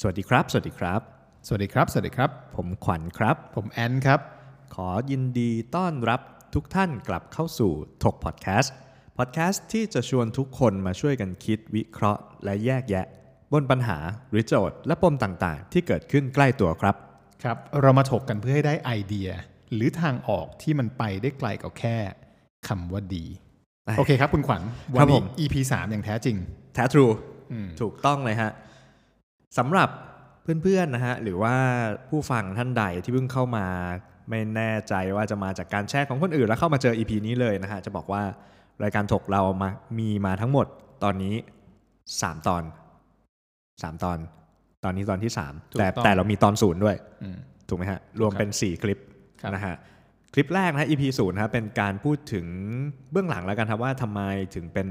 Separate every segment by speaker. Speaker 1: สวัสดีครับ สวัสดีครับ
Speaker 2: สวัสดีครับ สวัสดีครับ
Speaker 1: ผมขวัญครับ
Speaker 2: ผมแอนครับ
Speaker 1: ขอยินดีต้อนรับทุกท่านกลับเข้าสู่ถกพอดแคสต์พอดแคสต์ที่จะชวนทุกคนมาช่วยกันคิดวิเคราะห์ และแยกแยะ บนปัญหาหรือโจทย์และปมต่างๆ ที่เกิดขึ้นใกล้ตัวครับ
Speaker 2: ครับ เรามาถกกันเพื่อให้ได้ไอเดีย หรือทางออกที่มันไปได้ไกลกว่าแค่คำว่าดี
Speaker 1: ได้
Speaker 2: โอเคครับคุณขวัญ วั
Speaker 1: ครับผ
Speaker 2: นี้
Speaker 1: ม
Speaker 2: EP 3 อย่างแท้จริง
Speaker 1: แท้ทรู
Speaker 2: อืม
Speaker 1: ถูกต้องเลยฮะสำหรับเพื่อนๆนะฮะหรือว่าผู้ฟังท่านใดที่เพิ่งเข้ามาไม่แน่ใจว่าจะมาจากการแชร์ของคนอื่น แล้วเข้ามาเจอ EP นี้เลยนะฮะจะบอกว่ารายการถกเรามามีมาทั้งหมดตอนนี้ 3 ตอน 3 ตอน ตอนนี้ตอนที่
Speaker 2: ถู
Speaker 1: 3
Speaker 2: ก
Speaker 1: แต่
Speaker 2: ต้อง
Speaker 1: แต่เรามีตอนศูนย์ด้วย
Speaker 2: อืม
Speaker 1: ถูกไหมฮะ รวมเป็น 4 คลิป
Speaker 2: ครับ
Speaker 1: นะฮะคลิปแรกนะ EP ศูนย์ครับเป็นการพูดถึงเบื้องหลังแล้วกันครับว่าทำไมถึงเป็น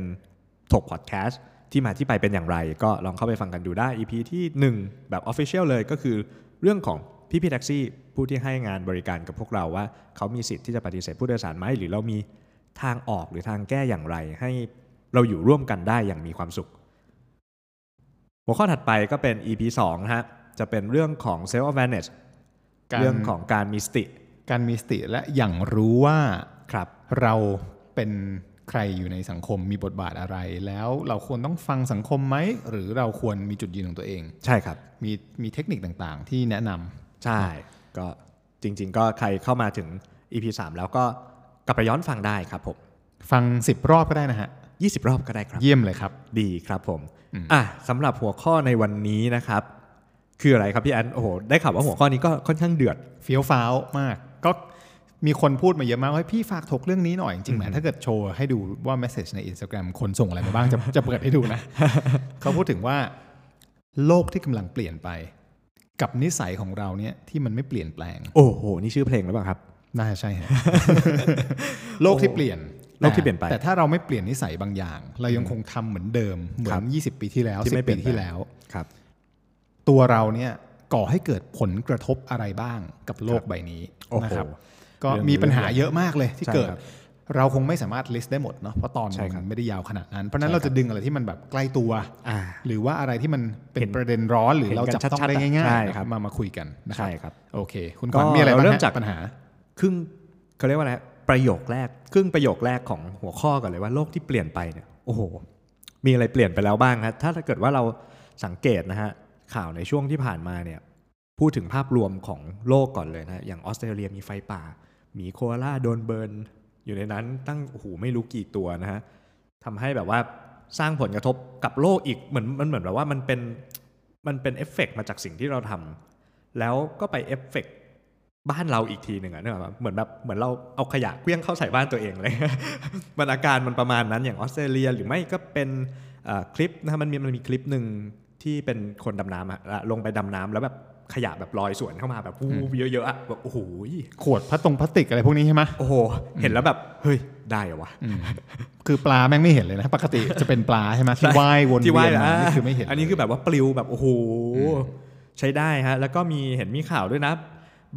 Speaker 1: ถกพอดแคสต์ที่มาที่ไปเป็นอย่างไร ก็ลองเข้าไปฟังกันดูได้ EP ที่ 1 แบบ Official เลยก็คือเรื่องของพี่พี่แท็กซี่ผู้ที่ให้งานบริการกับพวกเราว่า เขามีสิทธิ์ที่จะปฏิเสธผู้โดยสารไหมหรือเรามีทางออกหรือทางแก้อย่างไร ให้เราอยู่ร่วมกันได้อย่างมีความสุข หัวข้อถัดไปก็เป็น EP 2นะฮะจะเป็นเรื่องของ self awareness
Speaker 2: การ
Speaker 1: เรื่องของการมีสติ
Speaker 2: การมีสติและอย่างรู้ว่า
Speaker 1: ครับ
Speaker 2: เราเป็นใครอยู่ในสังคมมีบทบาทอะไร แล้วเราควรต้องฟังสังคมไหม หรือเราควรมีจุดยืนของตัวเอง
Speaker 1: ใช่ครับ
Speaker 2: มีมีเทคนิคต่างๆ ที่แนะนำ
Speaker 1: ใช่ก็จริง ๆ ก็ใครเข้ามาถึง EP 3 แล้วก็กลับไปย้อนฟังได้ครับผม
Speaker 2: ฟัง 10 รอบก็ได้นะฮะ
Speaker 1: 20 รอบก็ได้ครับ
Speaker 2: เยี่ยมเลยครับ
Speaker 1: ดีครับผม อ่ะสำหรับหัวข้อในวันนี้นะครับ คืออะไรครับพี่แอนโอ้โหได้ข่าวว่าหัวข้อนี้ก็ค่อนข้างเดือด
Speaker 2: เฟี้ยวฟ้าวมาก ก็มีคนพูดมาเยอะมากว่าพี่ฝากถกเรื่องนี้หน่อย จริงๆแหมถ้าเกิดโชว์ให้ดูว่า m มสเซจใน Instagram คนส่งอะไรมาบ้าง จะจะเปิดให้ดู นะ เขาพูดถึงว่าโลกที่กำลังเปลี่ยนไป กับนิสัยของเราเนี่ยที่มันไม่เปลี่ยนแปลง
Speaker 1: โอ้โห นี่ชื่อเพลงหรือเปล่าครับ
Speaker 2: น่าจะใช่ฮะ โลกที่เปลี่ยน
Speaker 1: โลกที่เปลี่ยนไป
Speaker 2: แต่ถ้าเราไม่เปลี่ยนนิสัยบางอย่าง เรายังคงทำเหมือนเดิม เหมื
Speaker 1: ค
Speaker 2: อ
Speaker 1: รั
Speaker 2: น
Speaker 1: บ
Speaker 2: 20 ปีที่แล้ว
Speaker 1: ที่ไม่
Speaker 2: 10
Speaker 1: เปลี่
Speaker 2: ปี
Speaker 1: ยนแปลง
Speaker 2: ที่แล้ว
Speaker 1: ครับ
Speaker 2: ตัวเราเนี่ยก่อให้เกิดผลกระทบอะไรบ้างกับโลกใบนี้
Speaker 1: โอ้โห
Speaker 2: นะครับก็
Speaker 1: เรื่อง
Speaker 2: มีปัญหาเยอะมากเลยที่
Speaker 1: ใช่
Speaker 2: เกิด
Speaker 1: ครับ
Speaker 2: เราคงไม่สามารถ list ได้หมดเนาะเพราะตอน
Speaker 1: ใช่
Speaker 2: มั
Speaker 1: ครับ
Speaker 2: นไม่ได้ยาวขนาดนั้น เพราะฉะนั้น
Speaker 1: ใช่
Speaker 2: เราจะดึงอะไรที่มันแบบใกล้ตัว
Speaker 1: อ่า
Speaker 2: หรือว่าอะไรที่มันเป็
Speaker 1: เห็
Speaker 2: น
Speaker 1: น
Speaker 2: ประเด็นร้อนหรือ
Speaker 1: เห็น
Speaker 2: เราจับต้อ
Speaker 1: กัน
Speaker 2: ง
Speaker 1: ชัดๆ
Speaker 2: ได้ง่าย
Speaker 1: ใช่
Speaker 2: ๆนะครับ มามาคุยกันนะครั
Speaker 1: ใช่ครับ
Speaker 2: โอเค คุณ
Speaker 1: ก็
Speaker 2: ขวัญมีอะไรบ้าง
Speaker 1: เราเริ่ม
Speaker 2: ฮะ
Speaker 1: จาก
Speaker 2: ปัญหา
Speaker 1: ครึ่งเขาเรียกว่าอะไรประโยคแรก ครึ่งประโยคแรกของหัวข้อก่อนเลยว่าโลกที่เปลี่ยนไปเนี่ยโอ้โห มีอะไรเปลี่ยนไปแล้วบ้างครับถ้าถ้าเกิดว่าเราสังเกตนะฮะข่าวในช่วงที่ผ่านมาเนี่ยพูดถึงภาพรวมของโลกก่อนเลยนะฮะอย่างออสเตรเลียมีไฟป่าหมีโคอาล่าโดนเบิร์นอยู่ในนั้นตั้งโอ้โหไม่รู้กี่ตัวนะฮะทำให้แบบว่าสร้างผลกระทบกับโลกอีกเหมือนมันเหมือนแบบว่ามันเป็นมันเป็นเอฟเฟกต์มาจากสิ่งที่เราทำแล้วก็ไปเอฟเฟกต์ บ้านเราอีกทีหนึ่งอะเนกอะเหมือนแบบเหมือนเราเอาขยะเคลี้ยงเข้าใส่บ้านตัวเองเลย มันอาการมันประมาณนั้นอย่างออสเตรเลียหรือไม่ก็เป็นเอ่อคลิปนะฮะมันมีมันมีคลิปหนึ่งที่เป็นคนดำน้ำอะลงไปดำน้ำแล้วแบบขยะแบบลอยสวนเข้ามาแบบวูบเยอะๆอะแบบโอ้โห
Speaker 2: ขวดพลาสตรงพลาสติกอะไรพวกนี้ใช่ไหม
Speaker 1: โอ้โห เห็นแล้วแบบเฮ้ยได้เหรอวะ
Speaker 2: อืมคือปลาแม่งไม่เห็นเลยนะ ปกติจะเป็นปลาใช่ไหมที่
Speaker 1: ใช่
Speaker 2: ว่ายวน
Speaker 1: ที่
Speaker 2: เวี
Speaker 1: ว่าย
Speaker 2: ยนมา
Speaker 1: ะ
Speaker 2: นี่คือไม่เห็น
Speaker 1: อันนี้
Speaker 2: เลย
Speaker 1: คือแบบว่าปลิวแบบโอ้โหใช้ได้ฮะแล้วก็มีเห็นมีข่าวด้วยนะ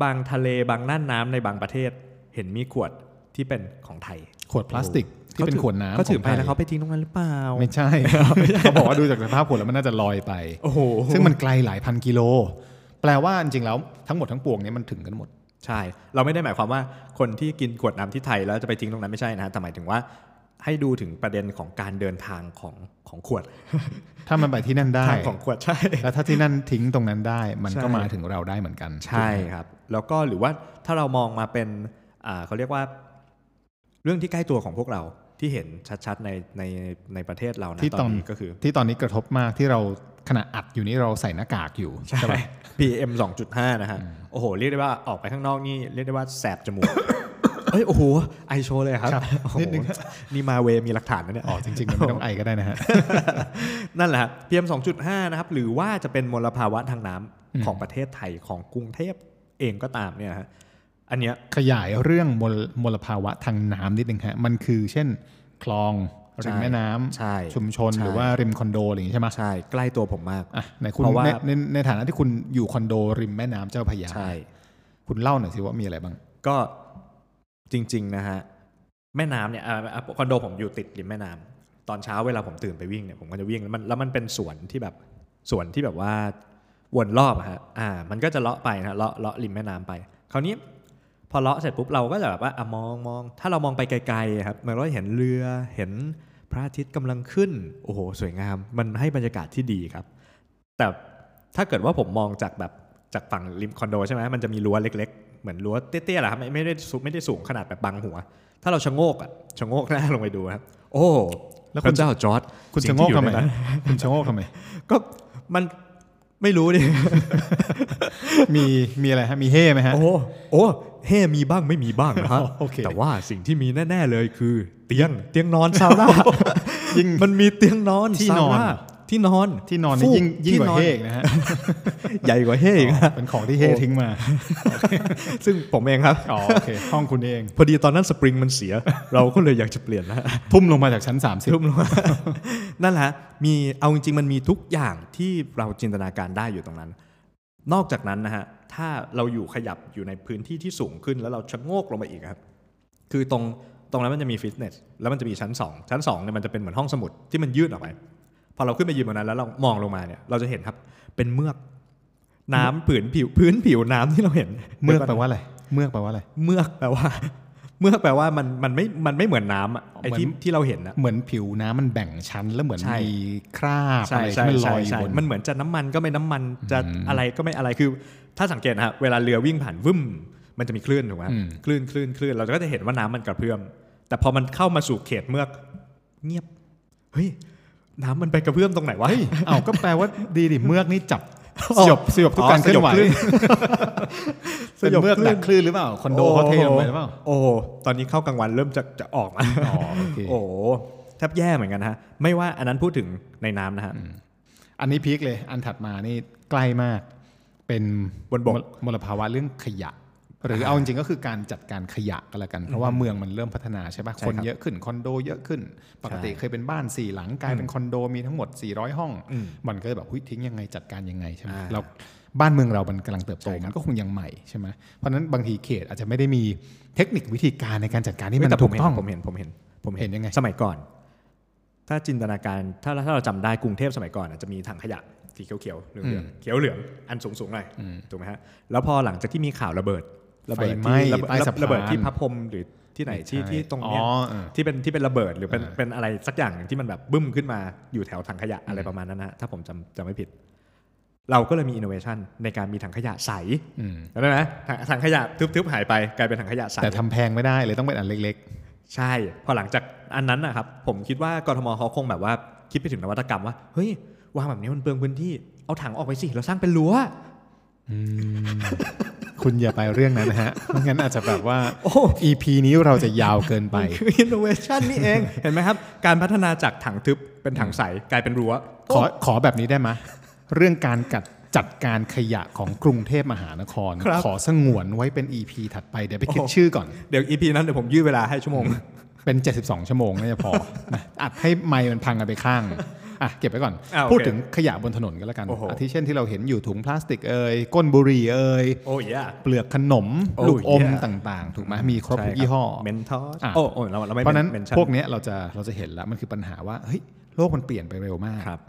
Speaker 1: บางทะเลบางน่านน้ำในบางประเทศ เห็นมีขวดที่เป็นของไทย
Speaker 2: ขวดพลาสติกที่เป็นขวดน้ำ
Speaker 1: เขาถือ
Speaker 2: ของ
Speaker 1: ไป
Speaker 2: ไทย
Speaker 1: แล้วเขาไปทิ้งตรงนั้นหรือเปล่า
Speaker 2: ไม่ใช่ เขาบอกว่าดูจากสภาพขวดแล้วมันน่าจะลอยไป
Speaker 1: โอ้โห
Speaker 2: ซึ่งมันไกลหลายพันกิโล แปลว่าจริงๆแล้วทั้งหมดทั้งปวงเนี้มันถึงกันหมด
Speaker 1: ใช่ เราไม่ได้หมายความว่าคนที่กินขวดน้ำที่ไทยแล้วจะไปทิ้งตรงนั้นไม่ใช่นะฮะแต่หมายถึงว่า ให้ดูถึงประเด็นของการเดินทางของของขวด
Speaker 2: ถ้ามันไปที่นั่นได้
Speaker 1: ทางของขวดใช่
Speaker 2: แล้วถ้าที่นั่นทิ้งตรงนั้นได้ มัน
Speaker 1: ใช่
Speaker 2: ก็มาถึงเราได้เหมือนกัน
Speaker 1: ใช่ครับ แล้วก็หรือว่าถ้าเรามองมาเป็นอ่าเขาเรียกว่า เรื่องที่ใกล้ตัวของพวกเราที่เห็นชัดๆในในในประเทศเรานะ
Speaker 2: ที่
Speaker 1: ต
Speaker 2: ต
Speaker 1: อ
Speaker 2: อนน
Speaker 1: นี้ก็คือ
Speaker 2: ที่ตอนนี้กระทบมากที่เราขณะอัดอยู่นี่เราใส่หน้ากากอยู่
Speaker 1: ใช่
Speaker 2: ปะ
Speaker 1: PM 2.5 นะฮะโอ้โห เรียกได้ว่าออกไปข้างนอกนี่เรียกได้ว่าแสบจมูก เอ้ยโอ้โห ไอโชว์เลยครับ
Speaker 2: ครับ
Speaker 1: โอ้โห
Speaker 2: นิดนึง
Speaker 1: นี่มาเวมีหลักฐานนะเนี่ย
Speaker 2: อ๋อจริงๆมันไม่ต้องไอก็ได้นะ ฮะ
Speaker 1: นั่นแหละครับ PM 2.5 นะครับ หรือว่าจะเป็นมลภาวะทางน้ำ
Speaker 2: อืม
Speaker 1: ของประเทศไทยของกรุงเทพเองก็ตามเนี่ยฮะอันเนี้ย
Speaker 2: ขยายเรื่องมลมลภาวะทางน้ำนิดนึงฮะมันคือเช่น คลองริม
Speaker 1: ใช่
Speaker 2: แม่น้
Speaker 1: ใช่
Speaker 2: ำชุมชน
Speaker 1: ใช่
Speaker 2: หรือว่าริมคอนโดอะไรอย่างนี้ใช่ไหม
Speaker 1: ใช่ใกล้ตัวผมมาก
Speaker 2: อ่ะในคุณ
Speaker 1: เพราะว่า
Speaker 2: ในในในฐานะที่คุณอยู่คอนโดริมแม่น้ำเจ้าพระยา
Speaker 1: ใช่
Speaker 2: คุณเล่าหน่อยสิว่ามีอะไรบ้าง
Speaker 1: ก็จริง ๆ นะฮะ แม่น้ำเนี่ยอ่าอ่าคอนโดผมอยู่ติดริมแม่น้ำตอนเช้าเวลาผมตื่นไปวิ่งเนี่ยผมก็จะวิ่งแล้วมันแล้วมันเป็นสวนที่แบบสวนที่แบบว่า วนรอบอะฮะอ่า มันก็จะเลาะไปนะเลาะเลาะริมแม่น้ำไป คราวนี้พอเลาะเสร็จปุ๊บเราก็จะแบบว่าอ่ะมองมองถ้าเรามองไปไกลๆครับมันก็เห็นเรือเห็นพระอาทิตย์กำลังขึ้นโอ้โหสวยงาม มันให้บรรยากาศที่ดีครับ แต่ถ้าเกิดว่าผมมองจากแบบจากฝั่งริมคอนโดใช่ไหมมันจะมีรั้วเล็ก ๆ เหมือนรั้วเตี้ยๆแหละครับไม่ไม่ได้สูงไม่ได้สูงขนาดแบบบังหัว ถ้าเราชะโงกอะชะโงกหน้าลงไปดูครับโอ้
Speaker 2: แล้ว
Speaker 1: พ
Speaker 2: คุณ
Speaker 1: ระเจ้าจอร์ด
Speaker 2: คุณชะโงกทำไมคุณชะโงกทำไม
Speaker 1: ก็มันไม่รู้ดิ
Speaker 2: มีมีอะไรฮะมีเฮ่ไหมฮะ
Speaker 1: โอ้โอ้เฮ่มีบ้างไม่มีบ้างนะฮะ
Speaker 2: โอเค
Speaker 1: แต่ว่าสิ่งที่มีแน่ ๆเลยคือ เตียงเตียงน อนซาวน่า
Speaker 2: ยิ่ง
Speaker 1: มันมีเตียงนอน
Speaker 2: ที่
Speaker 1: ซาวน
Speaker 2: อน
Speaker 1: น่าที่นอน
Speaker 2: ที่นอนนี่
Speaker 1: ฟูก
Speaker 2: ยิ่งยิ่งกว่า
Speaker 1: ที่นอน
Speaker 2: เฮ่อีกนะฮะ
Speaker 1: ใหญ่กว่าเฮ่อีกนะ
Speaker 2: เป็นของที่เฮ่ทิ้งมา
Speaker 1: ซึ่งผมเองครับ
Speaker 2: อ๋อ โอเคห้องคุณเอง
Speaker 1: พอดีตอนนั้นสปริงมันเสีย เราก็เลยอยากจะเปลี่ยนนะฮะ
Speaker 2: ทุ่มลงมาจากชั้น 30
Speaker 1: ทุ่มลงมา นั่นแหละฮะมีเอาจริงๆมันมีทุกอย่างที่เราจินตนาการได้อยู่ตรงนั้น นอกจากนั้นนะฮะถ้าเราอยู่ขยับอยู่ในพื้นที่ที่สูงขึ้น แล้วเราชะโงกลงไปอีกครับ คือตรงตรงนั้นมันจะมีฟิตเนสแล้วมันจะมีชั้น 2 ชั้น2เนี่ยมันจะเป็นเหมือนห้องสมุดที่มันยืดออกไป พอเราขึ้นไปยืนบนนั้นแล้วเรามองลงมาเนี่ยเราจะเห็นครับ เป็นเมือกน้ำผืนผิวพื้นผิวน้ำที่เราเห็น
Speaker 2: เมือกแปลว่าอะไร เมือกแปลว่าอะไร
Speaker 1: เมือกแปลว่า เมือกแปลว่ามันมันไม่มันไม่เหมือนน้ำอะไอที่
Speaker 2: เหมือน
Speaker 1: ที่เราเห็นนะ
Speaker 2: เหมือนผิวน้ำมันแบ่งชั้นแล้วเหมือน
Speaker 1: ใช่
Speaker 2: มีคราบอะ
Speaker 1: ใช่
Speaker 2: ไร
Speaker 1: ใช่
Speaker 2: ที่มันล
Speaker 1: ใช่
Speaker 2: อยอยู่
Speaker 1: ใช่
Speaker 2: บน
Speaker 1: มันเหมือนจะน้ำมันก็ไม่น้ำมันจะ
Speaker 2: อืม
Speaker 1: อะไรก็ไม่อะไรคือ ถ้าสังเกตนะฮะเวลาเรือวิ่งผ่านวึ่มมันจะมีคลื่นถูกไหม
Speaker 2: อืม
Speaker 1: คลื่นคลื่นคลื่นเราก็จะเห็นว่าน้ำมันกระเพื่อม แต่พอมันเข้ามาสู่เขตเมือกเงียบเฮ้ยน้ำมันไปกระเพื่อมตรงไหนวะ
Speaker 2: เอาก็แปลว่าดีดิเมือกนี่จับ
Speaker 1: อ๋อ
Speaker 2: สยบสยบทุกการเคลื่อนไหว
Speaker 1: อ๋อสยบคลื่น
Speaker 2: เป็นเมือกดักคลื่นหรือเปล่าคอนโดเขาเทลงไปหรือเปล่า
Speaker 1: โอ้โหตอนนี้เข้ากลางวันเริ่มจะจะออกมา
Speaker 2: อ๋อ โอเค
Speaker 1: โอ้โหแทบแย่เหมือนกันนะฮะไม่ว่าอันนั้นพูดถึงในน้ำนะฮะ
Speaker 2: อันนี้พีคเลยอันถัดมานี่ใกล้มาก เป็น
Speaker 1: บนบก
Speaker 2: มลมลภาวะเรื่องขยะ หรือเอาจริงๆก็คือการจัดการขยะก็แล้วกัน เพราะว่าเมืองมันเริ่มพัฒนาใช่ปะ
Speaker 1: ใช่
Speaker 2: ค
Speaker 1: ครับ
Speaker 2: นเยอะขึ้นคอนโดเยอะขึ้น ปกติ
Speaker 1: ใช่
Speaker 2: เคยเป็นบ้านสี่หลังกลายเป็นคอนโดมีทั้งหมด 400 ห้อง
Speaker 1: อืม
Speaker 2: มันก็เลยแบบหุ้ยทิ้งยังไงจัดการยังไงใช่ไหม
Speaker 1: อ่า
Speaker 2: เรา บ้านเมืองเรามันกำลังเติบโต
Speaker 1: ใช่ครับ
Speaker 2: มันก็คงยังใหม่ใช่ไหมเพราะฉะนั้นบางทีเขตอาจจะไม่ได้มีเทคนิควิธีการในการจัดการที่มั
Speaker 1: เฮ้ย
Speaker 2: น
Speaker 1: แต่ผ
Speaker 2: ถู
Speaker 1: ม
Speaker 2: ก
Speaker 1: เห็น
Speaker 2: ต้อง
Speaker 1: ผมเห็นผมเห็นผม
Speaker 2: เห็นยังไง
Speaker 1: สมัยก่อน ถ้าจินตนาการถ้าถ้าเราจำได้กรุงเทพสมัยก่อนอะจะมีถังขยะสีเขียวๆเหลืองเหลืองเขียวเหลืองอันสูงสูงๆหน่อยถูกไหมฮะแล้วพอหลังจากที่มีข่าวระเบิดระเบิด
Speaker 2: ไฟไหม้
Speaker 1: ที่ระเบิด
Speaker 2: ใต้สะพาน
Speaker 1: ระเบิดที่พระพรหมหรือที่ไหนที่ที่ตรงเนี้ย
Speaker 2: อ๋อเออ
Speaker 1: ที่เป็นที่เป็นระเบิดหรือเป็น
Speaker 2: เออ
Speaker 1: เป็นอะไรสักอย่างหนึ่งที่มันแบบบึ้มขึ้นมาอยู่แถวถังขยะอะไรประมาณนั้นนะฮะถ้าผมจำจำไม่ผิด เราก็เลยมีอินโนเวชันในการมีถังขยะใส
Speaker 2: อืม
Speaker 1: จำได้ไหมถังถังขยะทึบๆหายไปกลายเป็นถังขยะใส
Speaker 2: แต่ทำแพงไม่ได้เลยต้องเป็นอันเล็ก
Speaker 1: ใช่ พอหลังจากอันนั้นนะครับ ผมคิดว่ากรทมเขาคงแบบว่าคิดไปถึงนวัตกรรมว่า เฮ้ย วางแบบนี้มันเปลืองพื้นที่ เอาถังออกไปสิ เราสร้างเป็นรั้ว
Speaker 2: ๆ คุณอย่าไปเรื่องนั้นนะ ฮะไม่งั้นอาจจะแบบว่า
Speaker 1: โอ้
Speaker 2: EP นี้เราจะยาวเกินไป
Speaker 1: คืออินโนเวชันนี่ เอง เห็นไหมครับ การพัฒนาจากถังทึบเป็นถังใสกลายเป็นรั้ว
Speaker 2: ขอขอแบบนี้ได้ไหมเรื่องการกัดจัดการขยะของกรุงเทพมหานคร ขอสงวนไว้เป็น EP ถัดไปเดี๋ยวไปคิดชื่อก่อน
Speaker 1: เดี๋ยวอีพีนั้นเดี๋ยวผมยืดเวลาให้ชั่วโมง
Speaker 2: เป็น 72 ชั่วโมงน่าจะพ อ นะอัดให้ไมค์มันพังกันไปข้าง อ่ะ เก็บไว้ก่อน
Speaker 1: อ่ะโอเค
Speaker 2: พูดถึงขยะบนถนนก็แล้วกัน
Speaker 1: โอ้โห
Speaker 2: อาทิเช่นที่เราเห็นอยู่ถุงพลาสติกเอ่ยก้นบุหรี่เอ่ย
Speaker 1: โอ้ยอ่ะ
Speaker 2: เปลือกขนม
Speaker 1: โอ้
Speaker 2: ลูกอม
Speaker 1: เยี่ยม
Speaker 2: ต่างๆ ถูกไหมมีครบทุกยี่ห้อ
Speaker 1: เมนทอส
Speaker 2: อ่ะ
Speaker 1: โอ้โอ้เราเราไม่
Speaker 2: เพราะฉะนั้น
Speaker 1: mention
Speaker 2: พวกเนี้ยเราจะเราจะเห็นแล้วมันคือปัญหาว่าเฮ้ยโลกมันเปลี่ยนไปเร็วมาก
Speaker 1: ครับ